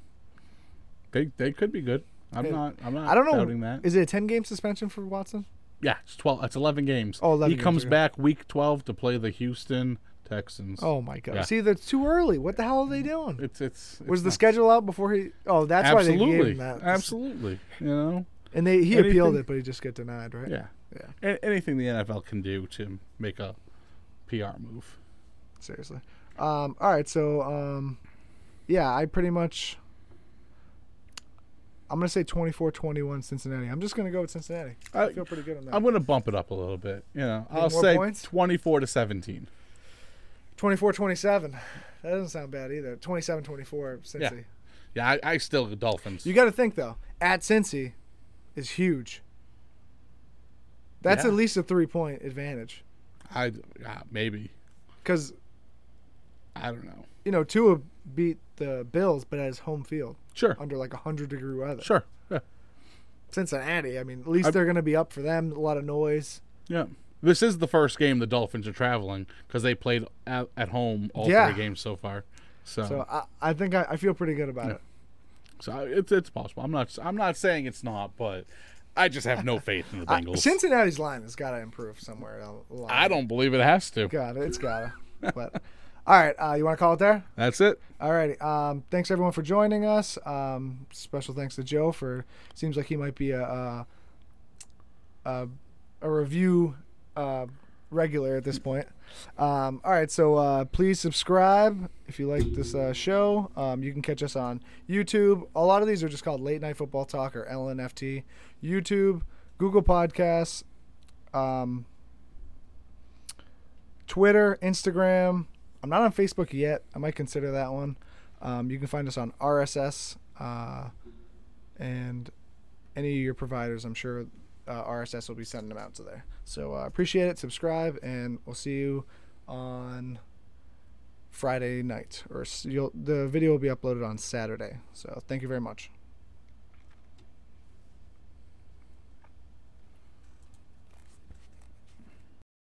[SPEAKER 2] they they could be good. I'm
[SPEAKER 1] Hey,
[SPEAKER 2] not. I'm not.
[SPEAKER 1] I don't know.
[SPEAKER 2] doubting that.
[SPEAKER 1] Is it a 10 game suspension for Watson?
[SPEAKER 2] yeah, it's 12. It's 11 games.
[SPEAKER 1] Oh, 11
[SPEAKER 2] he
[SPEAKER 1] games,
[SPEAKER 2] comes
[SPEAKER 1] okay.
[SPEAKER 2] back week 12 to play the Houston Texans.
[SPEAKER 1] Oh, my God.
[SPEAKER 2] Yeah.
[SPEAKER 1] See, that's too early. What the hell are they doing?
[SPEAKER 2] it's it's, it's
[SPEAKER 1] Was the
[SPEAKER 2] not-
[SPEAKER 1] schedule out before he. Oh, that's why they gave
[SPEAKER 2] absolutely
[SPEAKER 1] him that.
[SPEAKER 2] absolutely you know
[SPEAKER 1] And they, he appealed
[SPEAKER 2] Anything-
[SPEAKER 1] it, but he just got denied, right?
[SPEAKER 2] yeah
[SPEAKER 1] Yeah.
[SPEAKER 2] A- anything the NFL can do to make a PR move.
[SPEAKER 1] Seriously. Um, all right, so um, yeah, I pretty much I'm gonna say 24-21 Cincinnati. I'm just gonna go with Cincinnati. I,
[SPEAKER 2] I-
[SPEAKER 1] feel pretty good on that.
[SPEAKER 2] I'm going to bump it up a little bit. You know,
[SPEAKER 1] Need
[SPEAKER 2] I'll
[SPEAKER 1] more
[SPEAKER 2] say
[SPEAKER 1] points?
[SPEAKER 2] 24 to 17.
[SPEAKER 1] 24-27. That doesn't sound bad either. 27-24 Cincy.
[SPEAKER 2] Yeah. Yeah, I, I still the Dolphins.
[SPEAKER 1] You got to think though. At Cincy is huge. That's
[SPEAKER 2] Yeah.
[SPEAKER 1] at least a three point advantage
[SPEAKER 2] I yeah, uh, maybe
[SPEAKER 1] because
[SPEAKER 2] I don't know.
[SPEAKER 1] You know, Tua beat the Bills, but at his home field
[SPEAKER 2] Sure,
[SPEAKER 1] under like hundred degree weather.
[SPEAKER 2] sure, yeah,
[SPEAKER 1] Cincinnati. I mean, at least
[SPEAKER 2] I-
[SPEAKER 1] they're going to be up for them. A lot of noise.
[SPEAKER 2] yeah. This is the first game the Dolphins are traveling because they played at, at home all
[SPEAKER 1] Yeah.
[SPEAKER 2] three games so far. So,
[SPEAKER 1] So
[SPEAKER 2] so,
[SPEAKER 1] I, I think I, I feel pretty good about it.
[SPEAKER 2] I- it's it's possible. I'm not I'm not saying it's not, but I just have no faith in the
[SPEAKER 1] I-
[SPEAKER 2] Bengals.
[SPEAKER 1] Cincinnati's line has got to improve somewhere.
[SPEAKER 2] I don't believe it has to.
[SPEAKER 1] Got it. It's got to. but all right, uh, you want to call it there?
[SPEAKER 2] That's it.
[SPEAKER 1] All righty. Um, thanks everyone for joining us. Um, special thanks to Joe for seems like he might be a a, a, a review uh, regular at this point. Um, all right, so uh, please subscribe if you like this uh, show. Um, you can catch us on YouTube. A lot of these are just called Late Night Football Talk or LNFT. YouTube, Google Podcasts, um, Twitter, Instagram. I'm not on Facebook yet. I might consider that one. Um, you can find us on RSS uh, and any of your providers. I'm sure uh, RSS will be sending them out to there. So uh, appreciate it. Subscribe, and we'll see you on Friday night, or s- you'll, the video will be uploaded on Saturday. So thank you very much.